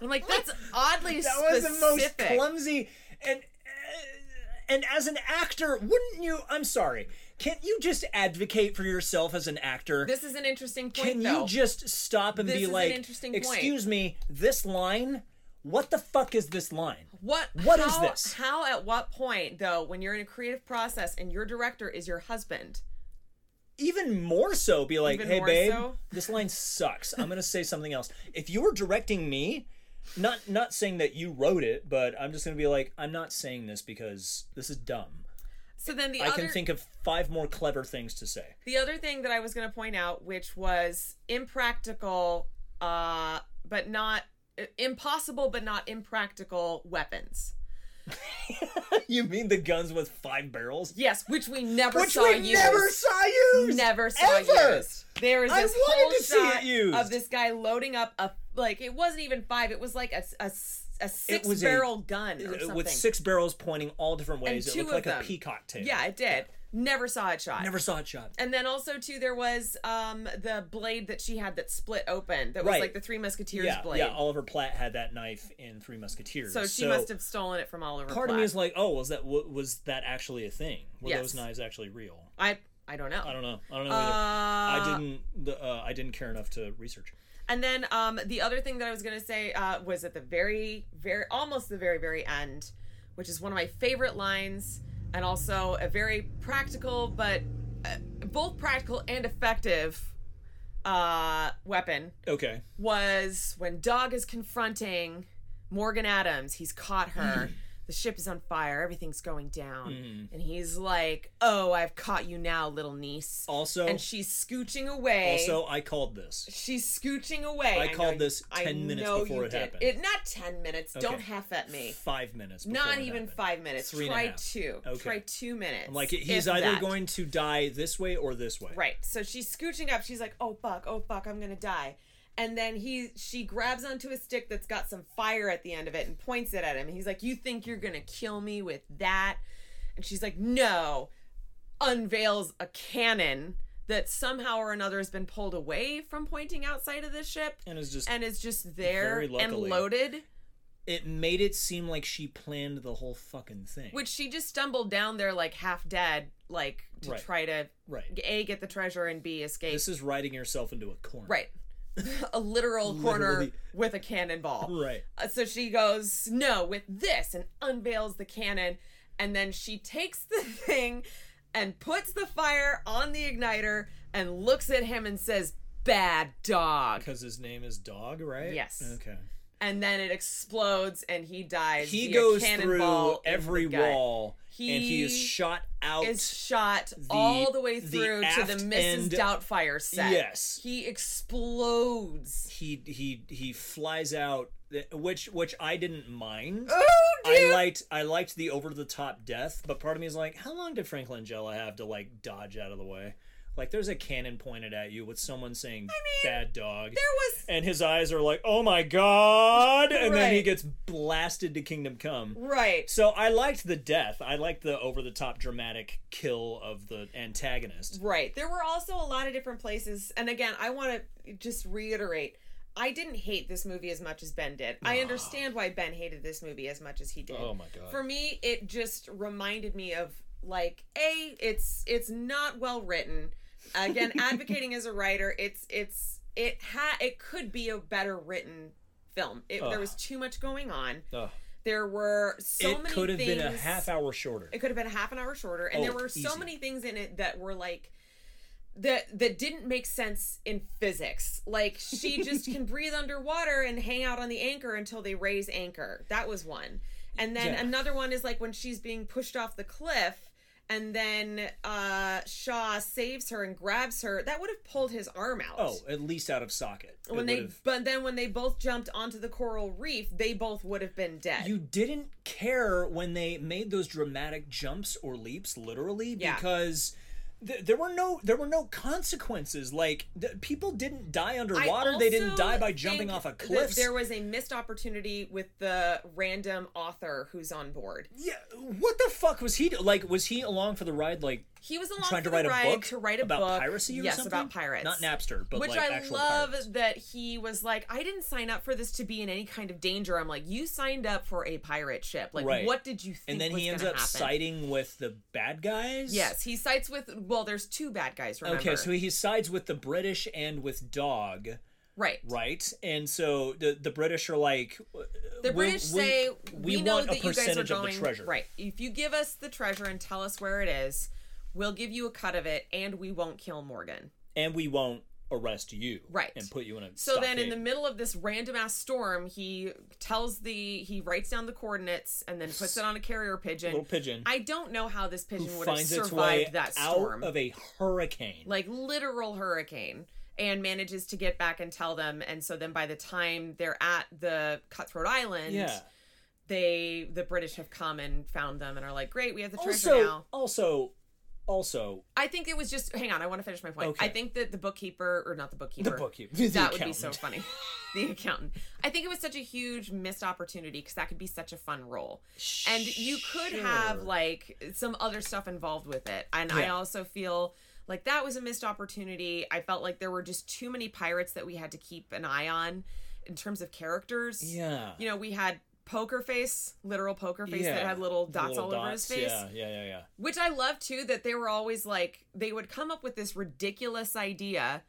I'm like, that's oddly that was specific. the most clumsy and uh, and as an actor, wouldn't you? I'm sorry. Can't you just advocate for yourself as an actor? this is an interesting point, Can though. you just stop and This be is an like, interesting point. excuse me, this line? What the fuck is this line? What What is how- this? How at what point though, when you're in a creative process and your director is your husband? even more so be like, Even hey more babe, so? this line sucks. I'm gonna say something else. If you were directing me, not not saying that you wrote it, but I'm just gonna be like, I'm not saying this because this is dumb. So then the I other can think of five more clever things to say. (laughs) the other thing that I was going to point out, which was impractical, uh, but not uh, impossible, but not impractical weapons. you mean the guns with five barrels? Yes, which we never Which saw we used. never saw used. Never saw ever! used. There is I this wanted whole to see it shot used. of this guy loading up a like it wasn't even five. It was like a s- a s- a six was a- barrel gun or something. Uh, With six barrels pointing all different ways, it two looked of like them. a peacock tail. yeah, it did. Never saw it shot. never saw it shot. And then also too, there was um the blade that she had that split open. That was Right. like the Three Musketeers Yeah, blade. yeah. Oliver Platt had that knife in Three Musketeers. so she must have stolen it from Oliver. part of Platt. me is like, oh, was that wa- was that actually a thing? Were Yes. those knives actually real? I I don't know. I don't know. I don't know. Either. I didn't. the, Uh, I didn't care enough to research. And then um the other thing that I was gonna say uh, was at the very very almost the very very end, which is one of my favorite lines, and also a very practical but uh, both practical and effective uh weapon Okay. was when Dog is confronting Morgan Adams. He's caught her. the ship is on fire. Everything's going down. And he's like, "Oh, I've caught you now, little niece." Also, and she's scooching away. Oh. also, I called this. she's scooching away. I called know- this I 10 minutes know before you it did. happened. It not ten minutes. Don't Okay. half at me. Five minutes. before Not it even happened. five minutes. Three and a Try half. two. Okay. Try two minutes. Like if he's either that. going to die this way or this way. Right. So she's scooching up. She's like, "Oh fuck! Oh fuck! I'm gonna die." And then he she grabs onto a stick that's got some fire at the end of it and points it at him. He's like, "You think you're gonna kill me with that?" And she's like, "No." Unveils a cannon that somehow or another has been pulled away from pointing outside of the ship And it's just. and is just there Very and luckily. loaded. it made it seem like she planned the whole fucking thing. Which she just stumbled down there like half dead, like to Right. try to Right. a get the treasure and b escape. This is writing yourself into a corner. Right. (laughs) a literal corner Literally. with a cannonball. Right. Uh, so she goes, no, with this, and unveils the cannon. And then she takes the (laughs) thing and puts the fire on the igniter and looks at him and says, bad dog. Because his name is Dog, right? Yes. Okay. And then it explodes and he dies. He via goes cannonball through into the every gut. wall, and he is He shot out. Is shot all the way the through to the aft Mrs. end- Doubtfire set. Yes. He explodes. he he he flies out eh, which which I didn't mind. Oh, I liked I liked the over the top death, but part of me is like, how long did Franklin Jella have to like dodge out of the way? Like there's a cannon pointed at you with someone saying bad dog. There was and his eyes are like, "Oh my god." And then he Right. gets blasted to kingdom come. Right. So I liked the death. I liked the over the top dramatic kill of the antagonist. Right. There were also a lot of different places. And again, I want to just reiterate I didn't hate this movie as much as Ben did. I understand why Ben hated this movie as much as he did. Ah. Oh my god. For me, it just reminded me of like a it's it's not well written. (laughs) Again, advocating as a writer, it's it's it ha it could be a better written film. It, there Ugh. was too much going on. Ugh. There were so it many could have things. been a half hour shorter. It could have been a half an hour shorter, Oh, and there were so easy. many things in it that were like that that didn't make sense in physics. Like she (laughs) just can breathe underwater and hang out on the anchor until they raise anchor. That was one. And then Yeah. another one is like when she's being pushed off the cliff and then uh, Shaw saves her and grabs her. That would have pulled his arm out. Oh, at least out of socket. It when they, would've- but then when they both jumped onto the coral reef, they both would have been dead. you didn't care when they made those dramatic jumps or leaps, literally, Yeah. because. th- There were no there were no consequences. Like th- people didn't die I underwater. They didn't also die by jumping think off a that cliff. There was a missed opportunity with the random author who's on board. Yeah, what the fuck was he do- like? Was he along for the ride? Like He was along trying for to write the a ride book to write a about book. piracy or yes, something? about pirates, Not Napster, but, which like, I actual love pirates. that he was like, I didn't sign up for this to be in any kind of danger. I'm like, you signed up for a pirate ship. Like, Right. what did you think? and then was he ends gonna up happen? siding with the bad guys. Yes, he sides with. Well, there's two bad guys. Remember? Okay, so he sides with the British and with Dog, right. right? And so the the British are like, The British say we, know want that a you guys are percentage going of the treasure, right. If you give us the treasure and tell us where it is, we'll give you a cut of it, and we won't kill Morgan. And we won't arrest you, Right. And put you in a So then, in the stockade. middle of this random ass storm, he tells the he writes down the coordinates and then puts it on a carrier pigeon. little pigeon I don't know how this pigeon would have finds its way survived that storm, out of a hurricane. like literal hurricane, and manages to get back and tell them. And so then, by the time they're at the Cutthroat Island, yeah. they the British have come and found them and are like, "Great, we have the treasure Also, now." also, also, I think it was just hang on, I want to finish my point. Okay. I think that the bookkeeper or not the bookkeeper, the bookkeeper, (laughs) the that would be so accountant. (laughs) funny. the accountant. I think it was such a huge missed opportunity because that could be such a fun role, and you could have Sure. like some other stuff involved with it. And I Yeah. also feel. Like that was a missed opportunity. I felt like there were just too many pirates that we had to keep an eye on in terms of characters. Yeah. you know, we had Poker Face, literal Poker Face that had little The dots all over dots, his face, Yeah, yeah, yeah, yeah. which I love too. That they were always like they would come up with this ridiculous idea,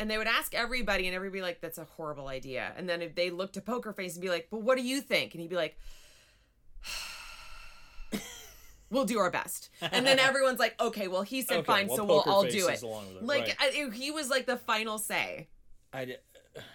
and they would ask everybody, and everybody like, "That's a horrible idea." And then if they looked to Poker Face and be like, "But what do you think?" and he'd be like. (sighs) We'll do our best, (laughs) and then everyone's like, "Okay, well, he said Okay, fine, well, so we'll Poker all Face do is it." along with it, Like right. I, it- he was like the final say. I d-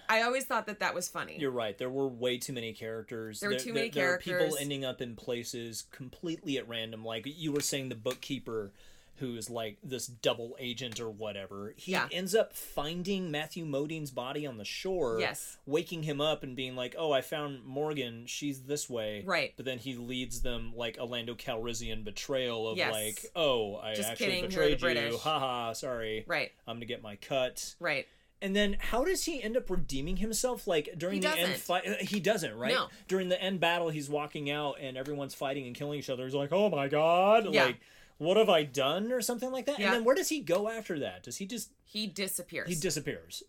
I always thought that that was funny. you're right. There were way too many characters. There were too many there There are characters. people ending up in places completely at random. Like you were saying, the bookkeeper, who is like this double agent or whatever, he Yeah. ends up finding Matthew Modine's body on the shore. Yes. waking him up and being like, "Oh, I found Morgan. She's this way." Right. But then he leads them like a Lando Calrissian betrayal of Yes. like, "Oh, I Just actually kidding, you're betrayed the you. British. Haha, sorry. Right, I'm gonna get my cut." right. And then how does he end up redeeming himself? Like during He the end doesn't. fight, uh, he doesn't, right? No. During the end battle, he's walking out and everyone's fighting and killing each other. He's like, "Oh my god, Yeah. like what have I done?" or something like that. Yeah. And then where does he go after that? Does he just He disappears. he disappears?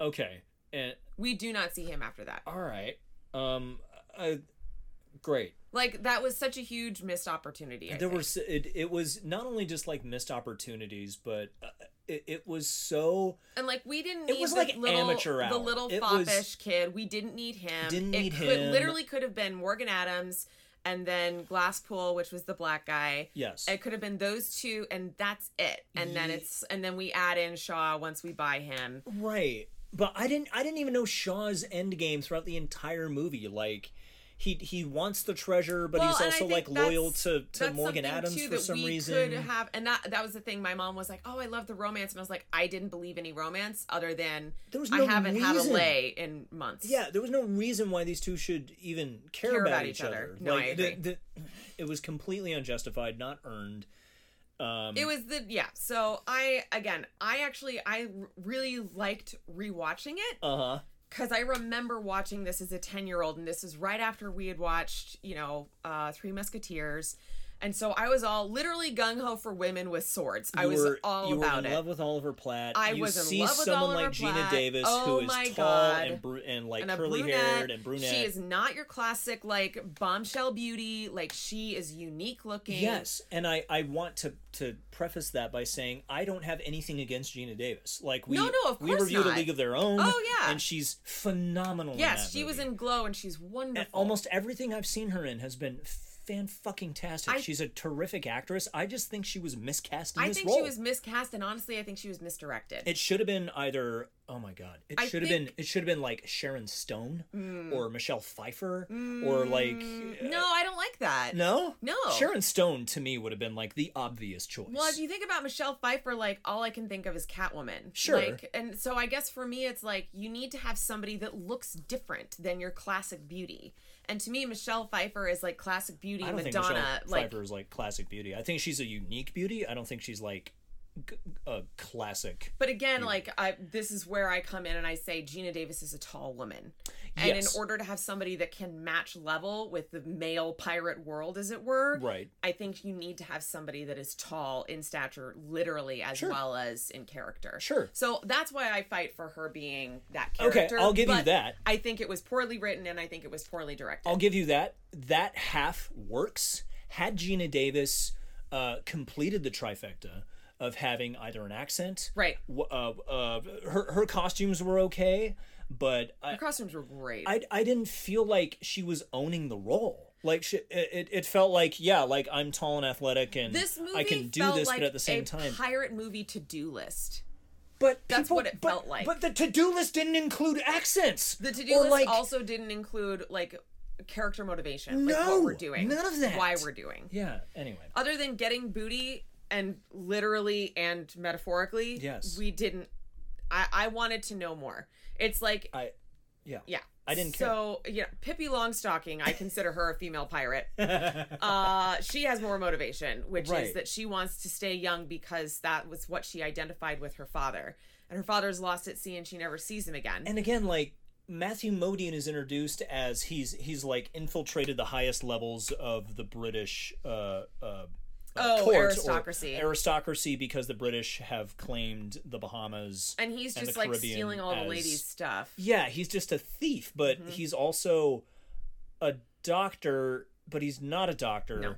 Okay, and we do not see him after that. all right, um, uh, great. Like that was such a huge missed opportunity. I there think. were s- it, it was not only just like missed opportunities, but uh, it, it was so and like we didn't. It Need was the like little, amateur The hour. little It foppish was- kid. We didn't need him. Didn't it need could, him. Literally could have been Morgan Adams and then Glasspool, which was the black guy. yes. It could have been those two, and that's it. And then Ye- it's and then we add in Shaw once we buy him. Right. But I didn't I didn't even know Shaw's end game throughout the entire movie. Like he he wants the treasure, but Well, he's and I also think like loyal that's- to, to that's Morgan something, Adams too, for that some we reason. Could have, and that that was the thing. My mom was like, "Oh, I love the romance," and I was like, "I didn't believe any romance other than There was I no haven't had a reason. lay in months." Yeah, there was no reason why these two should even care, Care about, each other. No, like, I the- agree. the- it was completely unjustified, not earned. Um, it was the yeah. So I again, I actually I r- really liked rewatching it uh huh. because I remember watching this as a 10 year old, and this is right after we had watched, you know, uh, Three Musketeers. And so I was all literally gung ho for women with swords. I was all you about were in it. love with Oliver Platt. I you was in see love with someone Oliver like Gina Platt. Davis Oh who is my tall God. and bru- and like and a curly brunette. haired and brunette. She is not your classic like bombshell beauty. Like she is unique looking. Yes, and I I want to to preface that by saying I don't have anything against Gina Davis. Like we No, no, of we course reviewed not. A League of Their Own. Oh, yeah. and she's phenomenal. in Yes, that she was movie. in Glow, and she's wonderful. And almost everything I've seen her in has been fan fucking tastic. I- she's a terrific actress. I just think she was miscast in I this think role. she was miscast, and honestly, I think she was misdirected. It should have been either oh my god, it I should have think- Mm. been it should have been like Sharon Stone or Michelle Pfeiffer or like No, I don't like that. uh, no Mm. No. Sharon Stone to me would have been like the obvious choice. Well, if you think about Michelle Pfeiffer, like all I can think of is Catwoman. Sure. Like, and so I guess for me, it's like you need to have somebody that looks different than your classic beauty. And to me, Michelle Pfeiffer is like classic beauty I don't think Madonna. Michelle Like, Pfeiffer is like classic beauty. I think she's a unique beauty. I don't think she's like g- a classic. but again, like I, this is where I come in and I say Gina Davis is a tall woman, and Yes. in order to have somebody that can match level with the male pirate world, as it were, Right. I think you need to have somebody that is tall in stature, literally as well as in character. Sure. So that's why I fight for her being that Okay, character. I'll give you but that. I think it was poorly written and I think it was poorly directed. I'll give you that. That half works. Had Gina Davis uh, completed the trifecta of having either an accent, Right. w- Uh, uh, her her costumes were okay, but I, the costumes were great. I I didn't feel like she was owning the role. Like she, it, it felt like yeah, like I'm tall and athletic and this movie I can do felt this, like but at the same a time, pirate movie to do list. But That's people- what it but- felt like. But the to-do list didn't include accents. The to do or, list like, also didn't include like character motivation, like No, what we're doing, none of that. why we're doing. Yeah. Anyway. Other than getting booty and literally and metaphorically, Yes. we didn't. I I wanted to know more. It's like I. Yeah. Yeah. I didn't care. so, yeah, Pippi Longstocking, I consider her a female (laughs) pirate. uh, she has more motivation, which Right. is that she wants to stay young because that was what she identified with her father. And her father's lost at sea and she never sees him again. And again, like Matthew Modian is introduced as he's he's like infiltrated the highest levels of the British. Uh, uh, uh, Oh, court or aristocracy. aristocracy, because the British have claimed the Bahamas. And he's and the just like Caribbean stealing all the as- ladies' stuff. Yeah, he's just a thief, but Mm-hmm. he's also a doctor, but he's not a doctor. No.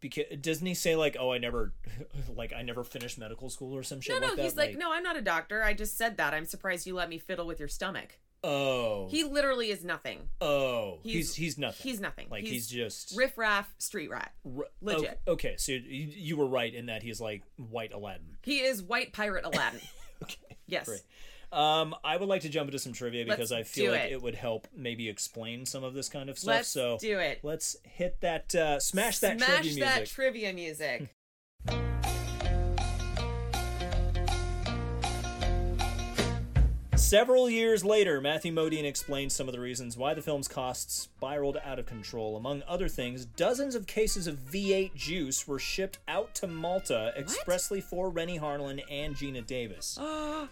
Because doesn't he say like, "Oh, I never, (laughs) like, I never finished medical school or some shit"? No, no, like that? he's like, no, I'm not a doctor. I just said that. I'm surprised you let me fiddle with your stomach. Oh, He literally is nothing. oh, he's he's- he's nothing. He's nothing. like he's, just riff raff street rat. r- legit. Okay, okay, so you, you were right in that he's like white Aladdin. He is white (laughs) pirate Aladdin. Yes. great. Um, I would like to jump into some trivia because Let's I feel do like it. it. would help maybe explain some of this kind of stuff. Let's so do it. let's hit that, uh, smash that Smash trivia music. that (laughs) trivia music. Several years later, Matthew Modine explains some of the reasons why the film's costs spiraled out of control. Among other things, dozens of cases of V8 juice were shipped out to Malta expressly for Rennie Harlan and Gina Davis.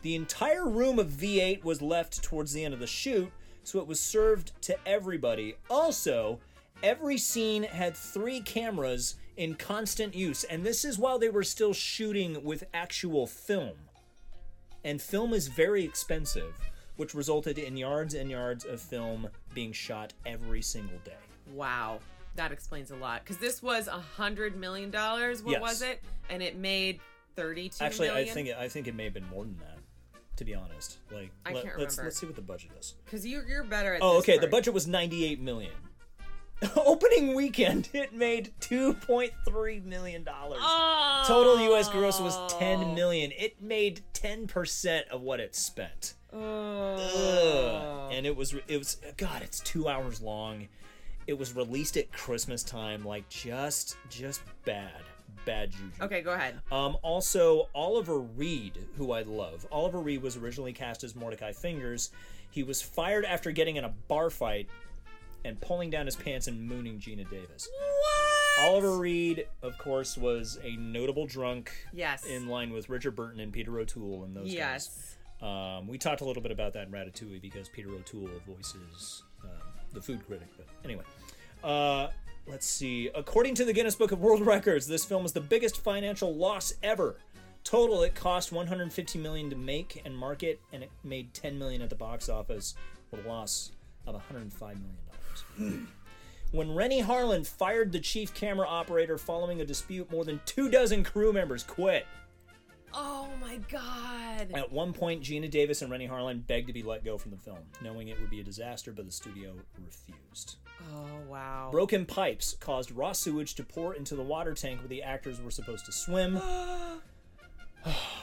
the entire room of V8 was left towards the end of the shoot, so it was served to everybody. Also, every scene had three cameras in constant use, and this is while they were still shooting with actual film and film is very expensive, which resulted in yards and yards of film being shot every single day. Wow. That explains a lot. Because this was a hundred million dollars, what Yes. was it? And it made thirty-two Actually, million. I think it, I think it may have been more than that. To be honest, like I let, can't let's remember. let's see what the budget is. because you you're better at Oh, this okay. The part. budget was ninety-eight million. (laughs) Opening weekend, it made two point three million dollars. Oh. Total U.S. gross was ten million. It made ten percent of what it spent. Oh. Ugh. And it was it was God. It's two hours long. It was released at Christmas time. Like just just bad bad juju. Okay, go ahead. Um, also, Oliver Reed, who I love. Oliver Reed was originally cast as Mordecai Fingers. He was fired after getting in a bar fight and pulling down his pants and mooning Gina Davis. What? Oliver Reed, of course, was a notable drunk. Yes. In line with Richard Burton and Peter O'Toole and those guys. Yes. Um, we talked a little bit about that in Ratatouille because Peter O'Toole voices um, the food critic. But anyway, uh, let's see. According to the Guinness Book of World (laughs) Records, this film is the biggest financial loss ever. Total, it cost 150 million to make and market, and it made 10 million at the box office with a loss of 105 million dollars. (clears throat) When Rennie Harlan fired the chief camera operator following a dispute, more than two dozen crew members quit. Oh my god. At one point, Gina Davis and Rennie Harlan begged to be let go from the film, knowing it would be a disaster, but the studio refused. Oh wow. Broken pipes caused raw sewage to pour into the water tank where the actors were supposed to swim.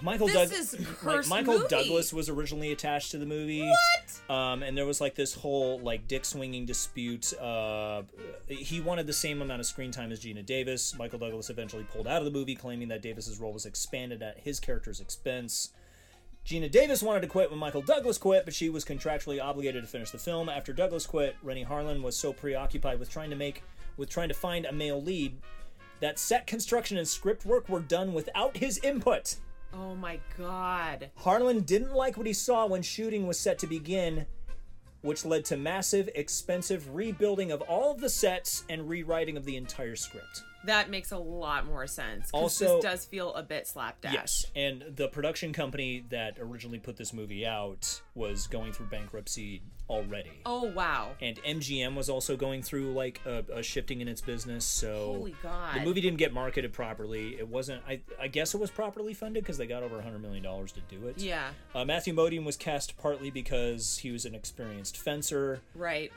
Michael This Doug- is a Mi- cursed Michael movie. Douglas was originally attached to the movie. What? Um, and there was like this whole like dick swinging dispute. Uh, he wanted the same amount of screen time as Gina Davis. Michael Douglas eventually pulled out of the movie, claiming that Davis's role was expanded at his character's expense. Gina Davis wanted to quit when Michael Douglas quit, but she was contractually obligated to finish the film. After Douglas quit, Rennie Harlan was so preoccupied with trying to make with trying to find a male lead that set construction and script work were done without his input. Oh my god. Harlan didn't like what he saw when shooting was set to begin, which led to massive, expensive rebuilding of all of the sets and rewriting of the entire script. That makes a lot more sense. 'cause Also- this does feel a bit slapdash. And the production company that originally put this movie out was going through bankruptcy already. Oh wow. And MGM was also going through like a, a shifting in its business, so Holy God. the movie didn't get marketed properly. It wasn't. I, I guess it was properly funded because they got over 100 million dollars to do it. Yeah. Uh, Matthew Modine was cast partly because he was an experienced fencer. Right.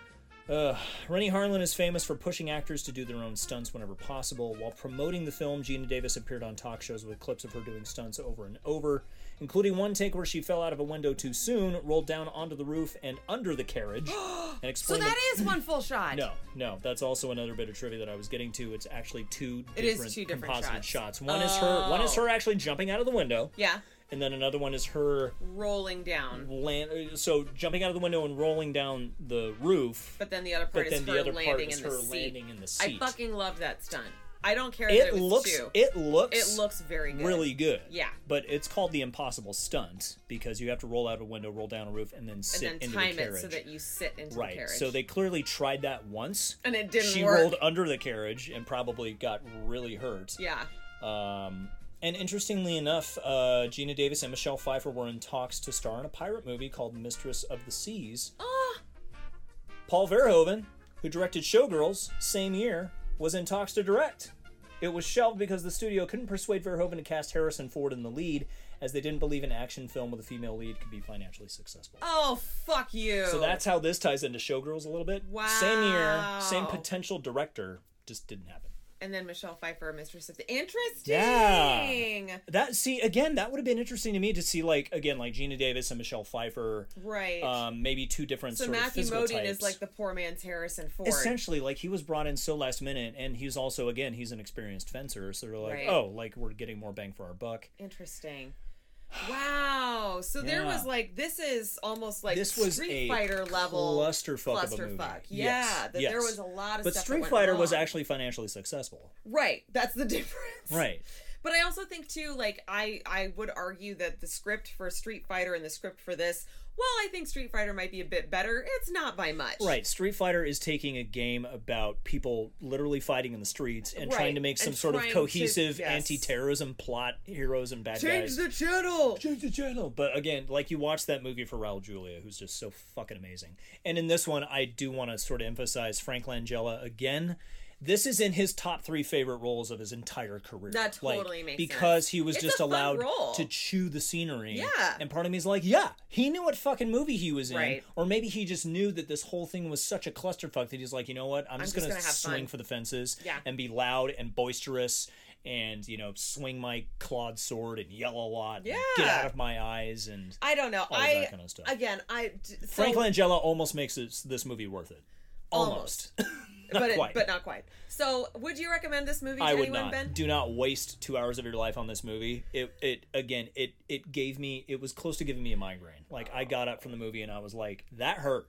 Ugh. Rennie Harlan is famous for pushing actors to do their own stunts whenever possible. While promoting the film, Gina Davis appeared on talk shows with clips of her doing stunts over and over, including one take where she fell out of a window too soon, rolled down onto the roof and under the (gasps) carriage, and So explained. that the- is one full shot. no, no, that's also another bit of trivia that I was getting to. It's actually two It is different, two different composited shots. Oh. One is her, one is her actually jumping out of the window, Yeah. and then another one is her Rolling down. land. So jumping out of the window and rolling down the roof. But then the other But part is then her the other landing part is in the her seat. landing in the I seat. fucking loved that stunt. I don't care that it it was looks, two. it looks, It looks very good. really good. Yeah. But it's called the impossible stunt because you have to roll out a window, roll down a roof, and then sit And then into time the carriage. it so that you sit into the right. carriage. So they clearly tried that once. and it didn't she work. rolled under the carriage and probably got really hurt. yeah. Um, and interestingly enough, uh, Gina Davis and Michelle Pfeiffer were in talks to star in a pirate movie called Mistress of the Seas. Oh, Paul Verhoeven, who directed Showgirls same year, was in talks to direct. It was shelved because the studio couldn't persuade Verhoeven to cast Harrison Ford in the lead, as they didn't believe an action film with a female lead could be financially successful. oh fuck you. So that's how this ties into Showgirls a little bit. Same year, same Wow. potential director, just didn't happen. and then Michelle Pfeiffer, Mistress of the Interesting. That see again, that would have been interesting to me to see like again like Gina Davis and Michelle Pfeiffer, Right. um, maybe two different so sort of Matthew physical Modine types. is like the poor man's Harrison Ford. Essentially, like he was brought in so last minute, and he's also again he's an experienced fencer, so they're like, Right. oh, like we're getting more bang for our buck. Interesting. Wow. So there Yeah. was like this is almost like This was Street a Fighter level clusterfuck of a movie. clusterfuck. Yeah. Yes, That yes. there was a lot of But stuff. that Street went Fighter was wrong. actually financially successful, Right. That's the (laughs) difference. right? But I also think too, like I I would argue that the script for Street Fighter and the script for this, while I think Street Fighter might be a bit better, it's not by much. Right. Street Fighter is taking a game about people literally fighting in the streets and trying Right, to make some and sort of trying to- cohesive yes. anti-terrorism plot, heroes and bad guys. Change the channel. Change the channel. But again, like you watch that movie for Raul Julia, who's just so fucking amazing. And in this one, I do want to sort of emphasize Frank Langella again. This is in his top three favorite roles of his entire career. That totally makes because sense. he was It's just a fun allowed role. to chew the scenery. Yeah. And part of me is like, yeah, he knew what fucking movie he was in, Right. or maybe he just knew that this whole thing was such a clusterfuck that he's like, you know what, I'm, just, just gonna, gonna have swing fun. for the fences Yeah. and be loud and boisterous and you know swing my clawed sword and yell a lot and get Yeah. out of my eyes and I don't know. of I that kind of stuff. again, I d- so, frank langella almost makes this, this movie worth it almost, not but it- quite but not quite. So, would you recommend this movie to i would anyone, not Ben? do not waste two hours of your life on this movie it it again it it gave me it was close to giving me a migraine like i got up from the movie and i was like that hurt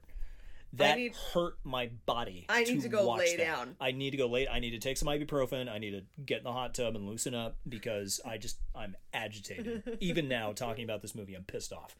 that need- hurt my body. I need to go watch lay that. down. I need to go lay. I need to take some ibuprofen. I need to get in the hot tub and loosen up because I just I'm agitated. (laughs) Even now, talking about this movie, I'm pissed off.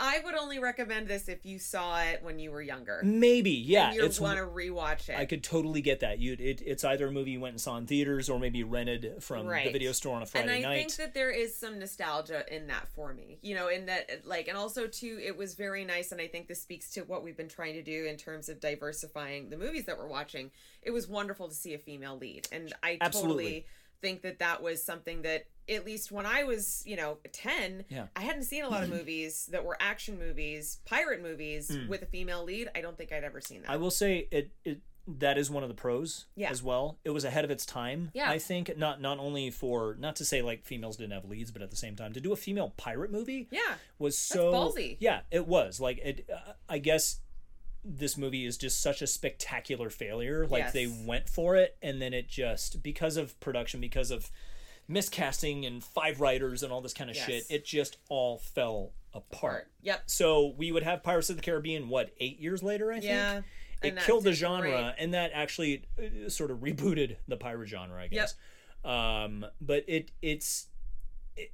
I would only recommend this if you saw it when you were younger. Maybe yeah, you it's want to rewatch it. I could totally get that. You, it, it's either a movie you went and saw in theaters, or maybe rented from the Right. video store on a Friday and I night. think that there is some nostalgia in that for me, you know, in that like, and also too, it was very nice, and I think this speaks to what we've been trying to do in terms of diversifying the movies that we're watching. It was wonderful to see a female lead, and I Absolutely. totally think that that was something that at least when I was, you know, ten, Yeah. I hadn't seen a lot (clears throat) of movies that were Mm. action movies, pirate movies with a female lead. I don't think I'd ever seen that. I will say it, it that is one of the pros Yeah. as well. It was ahead of its time. Yeah. I think not not only for not to say like females didn't have leads, but at the same time to do a female pirate movie Yeah. was so ballsy. Yeah, it was like it. Uh, I guess this movie is just such a spectacular failure. Like Yes. they went for it, and then it just because of production, because of miscasting and five writers and all this kind of shit, Yes. it just all fell apart. Yep. So we would have Pirates of the Caribbean. What eight years later? I think. Yeah. It and that killed the did genre, great. and that actually uh, sort of rebooted the pirate genre, I guess. Um, but it it's it,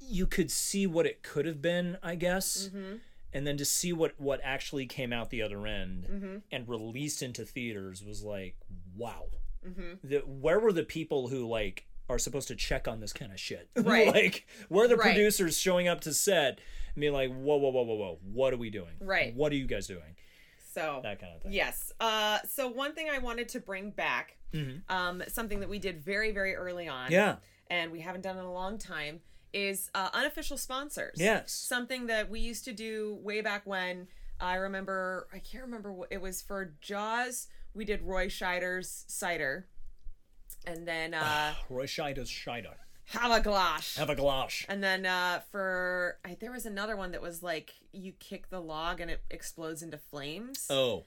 you could see what it could have been, I guess, Mm-hmm. and then to see what what actually came out the other end Mm-hmm. and released into theaters was like, wow. Mm-hmm. The, where were the people who like are supposed to check on this kind of shit? (laughs) Right. like, where are the Right. producers showing up to set and being like, whoa, whoa, whoa, whoa, whoa, what are we doing? Right. What are you guys doing? So That kind of thing. Yes. Uh, so one thing I wanted to bring back, um, something that we did very, very early on, Mm-hmm. Yeah. and we haven't done in a long time, is uh, unofficial sponsors. Yes. Something that we used to do way back when. I remember, I can't remember what it was for Jaws. We did Roy Scheider's cider, and (sighs) then uh, Roy Scheider's Scheider. Havaglash. Have a glosh. And then uh, for I, there was another one that was like you kick the log and it explodes into flames. Oh.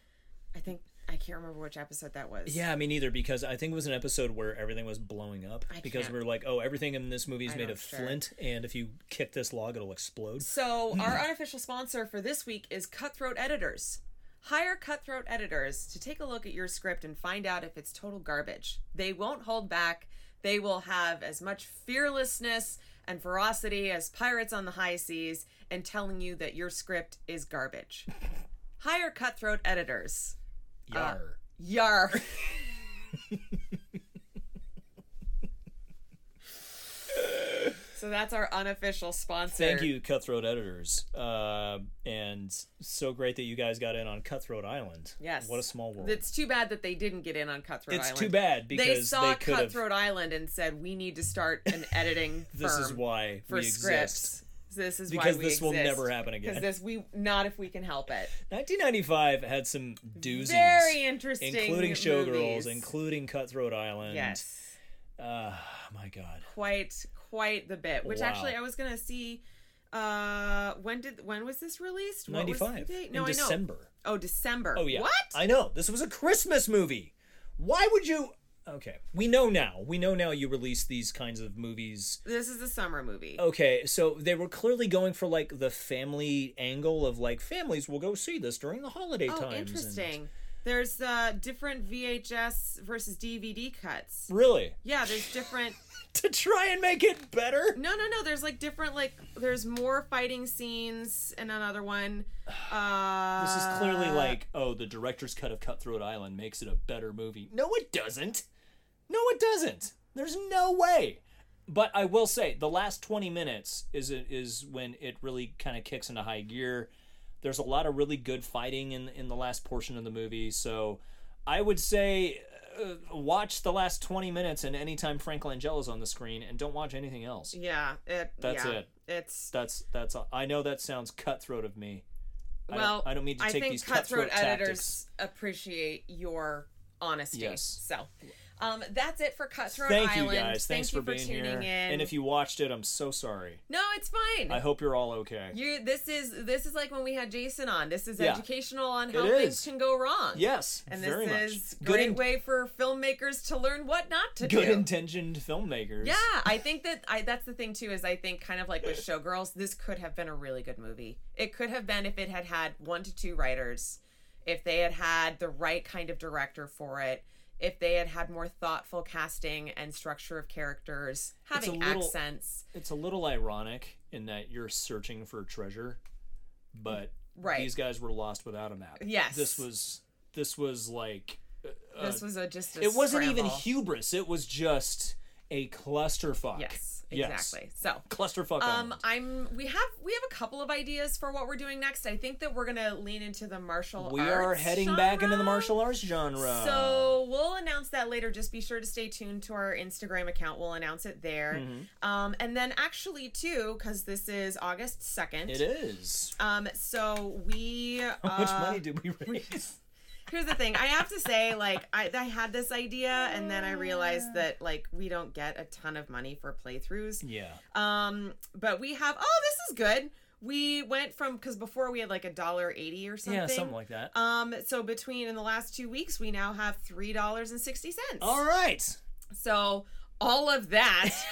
I think I can't remember which episode that was. Yeah, me neither, because I think it was an episode where everything was blowing up. I because can't- we are like, oh, everything in this movie is made know, of sure. flint, and if you kick this log, it'll explode. So Hmm. our unofficial sponsor for this week is Cutthroat Editors. Hire Cutthroat Editors to take a look at your script and find out if it's total garbage. They won't hold back. They will have as much fearlessness and ferocity as pirates on the high seas and telling you that your script is (laughs) garbage. Hire Cutthroat Editors. uh, Yar. Yar. (laughs) so that's our unofficial sponsor. Thank you, Cutthroat Editors. Uh, and so great that you guys got in on Cutthroat Island. Yes. What a small world. It's too bad that they didn't get in on Cutthroat It's Island. too bad They because saw could have. Cutthroat Island and said, "We need to start (laughs) an editing This firm is why for we exist. scripts. This is Because why we this will exist. never happen again. Because this we not if we can help it. 1995 had some doozies, Very interesting, including Showgirls, movies. including Cutthroat Island. yes, Uh, my God. quite quite the bit. Which Wow. actually, I was gonna see. Uh, when did when was this released? What was the 95 date? in No, I know. December. Oh, December. Oh yeah. What? I know. This was a Christmas movie. Why would you Okay, we know now. We know now you release these kinds of movies. this is a summer movie. Okay, so they were clearly going for like the family angle of like families will go see this during the holiday Oh, times. and- interesting. There's uh, different VHS versus DVD cuts. really? (laughs) Yeah, there's different. To try and make it better? No, no, no. There's like different. Like there's more fighting scenes in another one. Uh, This is clearly like, oh, the director's cut of Cutthroat Island makes it a better movie. No, it doesn't. No, it doesn't. There's no way. But I will say, the last 20 minutes is is when it really kind of kicks into high gear. There's a lot of really good fighting in in the last portion of the movie, so I would say uh, watch the last 20 minutes and anytime Frank Langella's on the screen, and don't watch anything else. Yeah. It, That's yeah, it. It's That's that's. all. I know that sounds cutthroat of me. well. I don't mean to I take think these cutthroat, cutthroat editors appreciate your honesty. Yes. So, um, that's it for Cutthroat Thank Island. you guys. Thanks Thank you for being tuning here. in. And if you watched it, I'm so sorry. no, it's fine. I hope you're all okay. You this is this is like when we had Jason on. This is Yeah. educational on how It is. things can go wrong. yes, And this very much. is good, great in- way for filmmakers to learn what not to good do. intentioned filmmakers. yeah, I think that I that's the thing too is I think kind of like with Showgirls, this could have been a really good movie. It could have been if it had had one to two writers, if they had had the right kind of director for it, if they had had more thoughtful casting and structure of characters, a having little- accents. It's a little ironic in that you're searching for treasure, but Right. these guys were lost without a map. Yes. This was this was like this was a just a uh, it wasn't even scramble. hubris. It was just a clusterfuck. Yes, Yes. exactly. So, Clusterfuck. um, island. I'm we have we have a couple of ideas for what we're doing next. I think that we're gonna lean into the martial. we are arts heading back into the genre. martial arts genre. So we'll announce that later. Just be sure to stay tuned to our Instagram account. We'll announce it there. Mm-hmm. Um, and then actually too, because this is August second. it is. Um, so we uh, How much money did we raise? here's the thing. I have to say, like, I, I had this idea, and then I realized that like we don't get a ton of money for playthroughs. Yeah. Um, but we have. Oh, this is good. We went from because before we had like a dollar eighty or something. Yeah, something like that. Um, so between in the last two weeks, we now have three dollars and sixty cents. All right. So all of that, (laughs)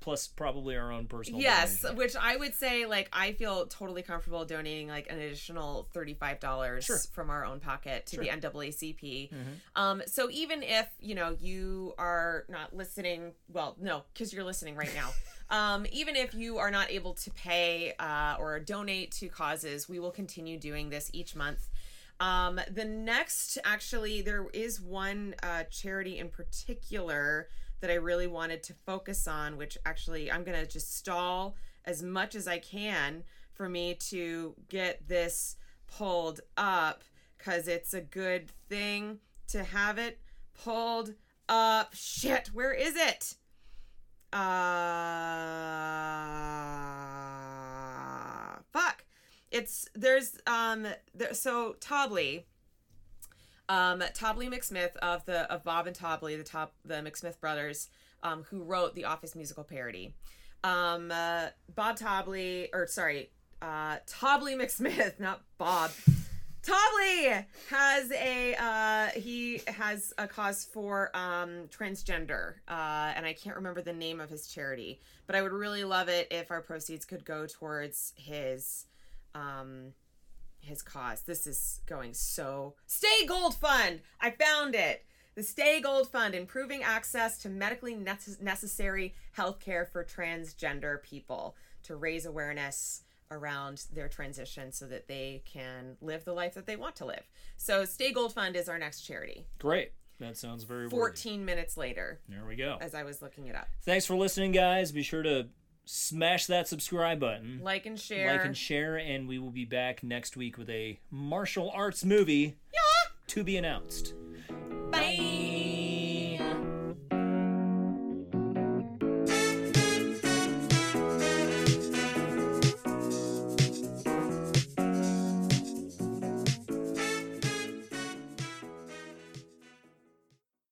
Plus, probably our own personal. yes, donation. which I would say, like, I feel totally comfortable donating like an additional thirty-five dollars Sure. from our own pocket to Sure. Mm-hmm. the NAACP. Um, so even if you know you are not listening, well, no, because you're listening right (laughs) now. Um, even if you are not able to pay uh, or donate to causes, we will continue doing this each month. Um, the next, actually, there is one uh, charity in particular that I really wanted to focus on, which actually I'm going to just stall as much as I can for me to get this pulled up because it's a good thing to have it pulled up. Shit, where is it? Uh, fuck. It's there's um there, so Tobley, um Tobley McSmith of the of Bob and Tobley, the top the McSmith brothers, um who wrote the Office musical parody. Um uh, Bob Tobley or sorry, uh Tobley McSmith, (laughs) not Bob. Tobley has a uh, he has a cause for um, transgender, uh, and I can't remember the name of his charity, but I would really love it if our proceeds could go towards his um, his cause. This is going so Stay Gold Fund. I found it. The Stay Gold Fund, improving access to medically necess- necessary health care for transgender people to raise awareness around their transition so that they can live the life that they want to live. So, Stay Gold Fund is our next charity. Great. That sounds very. worthy. 14 minutes later, There we go. as I was looking it up. Thanks for listening, guys. Be sure to smash that subscribe button. Like and share. like and share and we will be back next week with a martial arts movie to be announced Bye.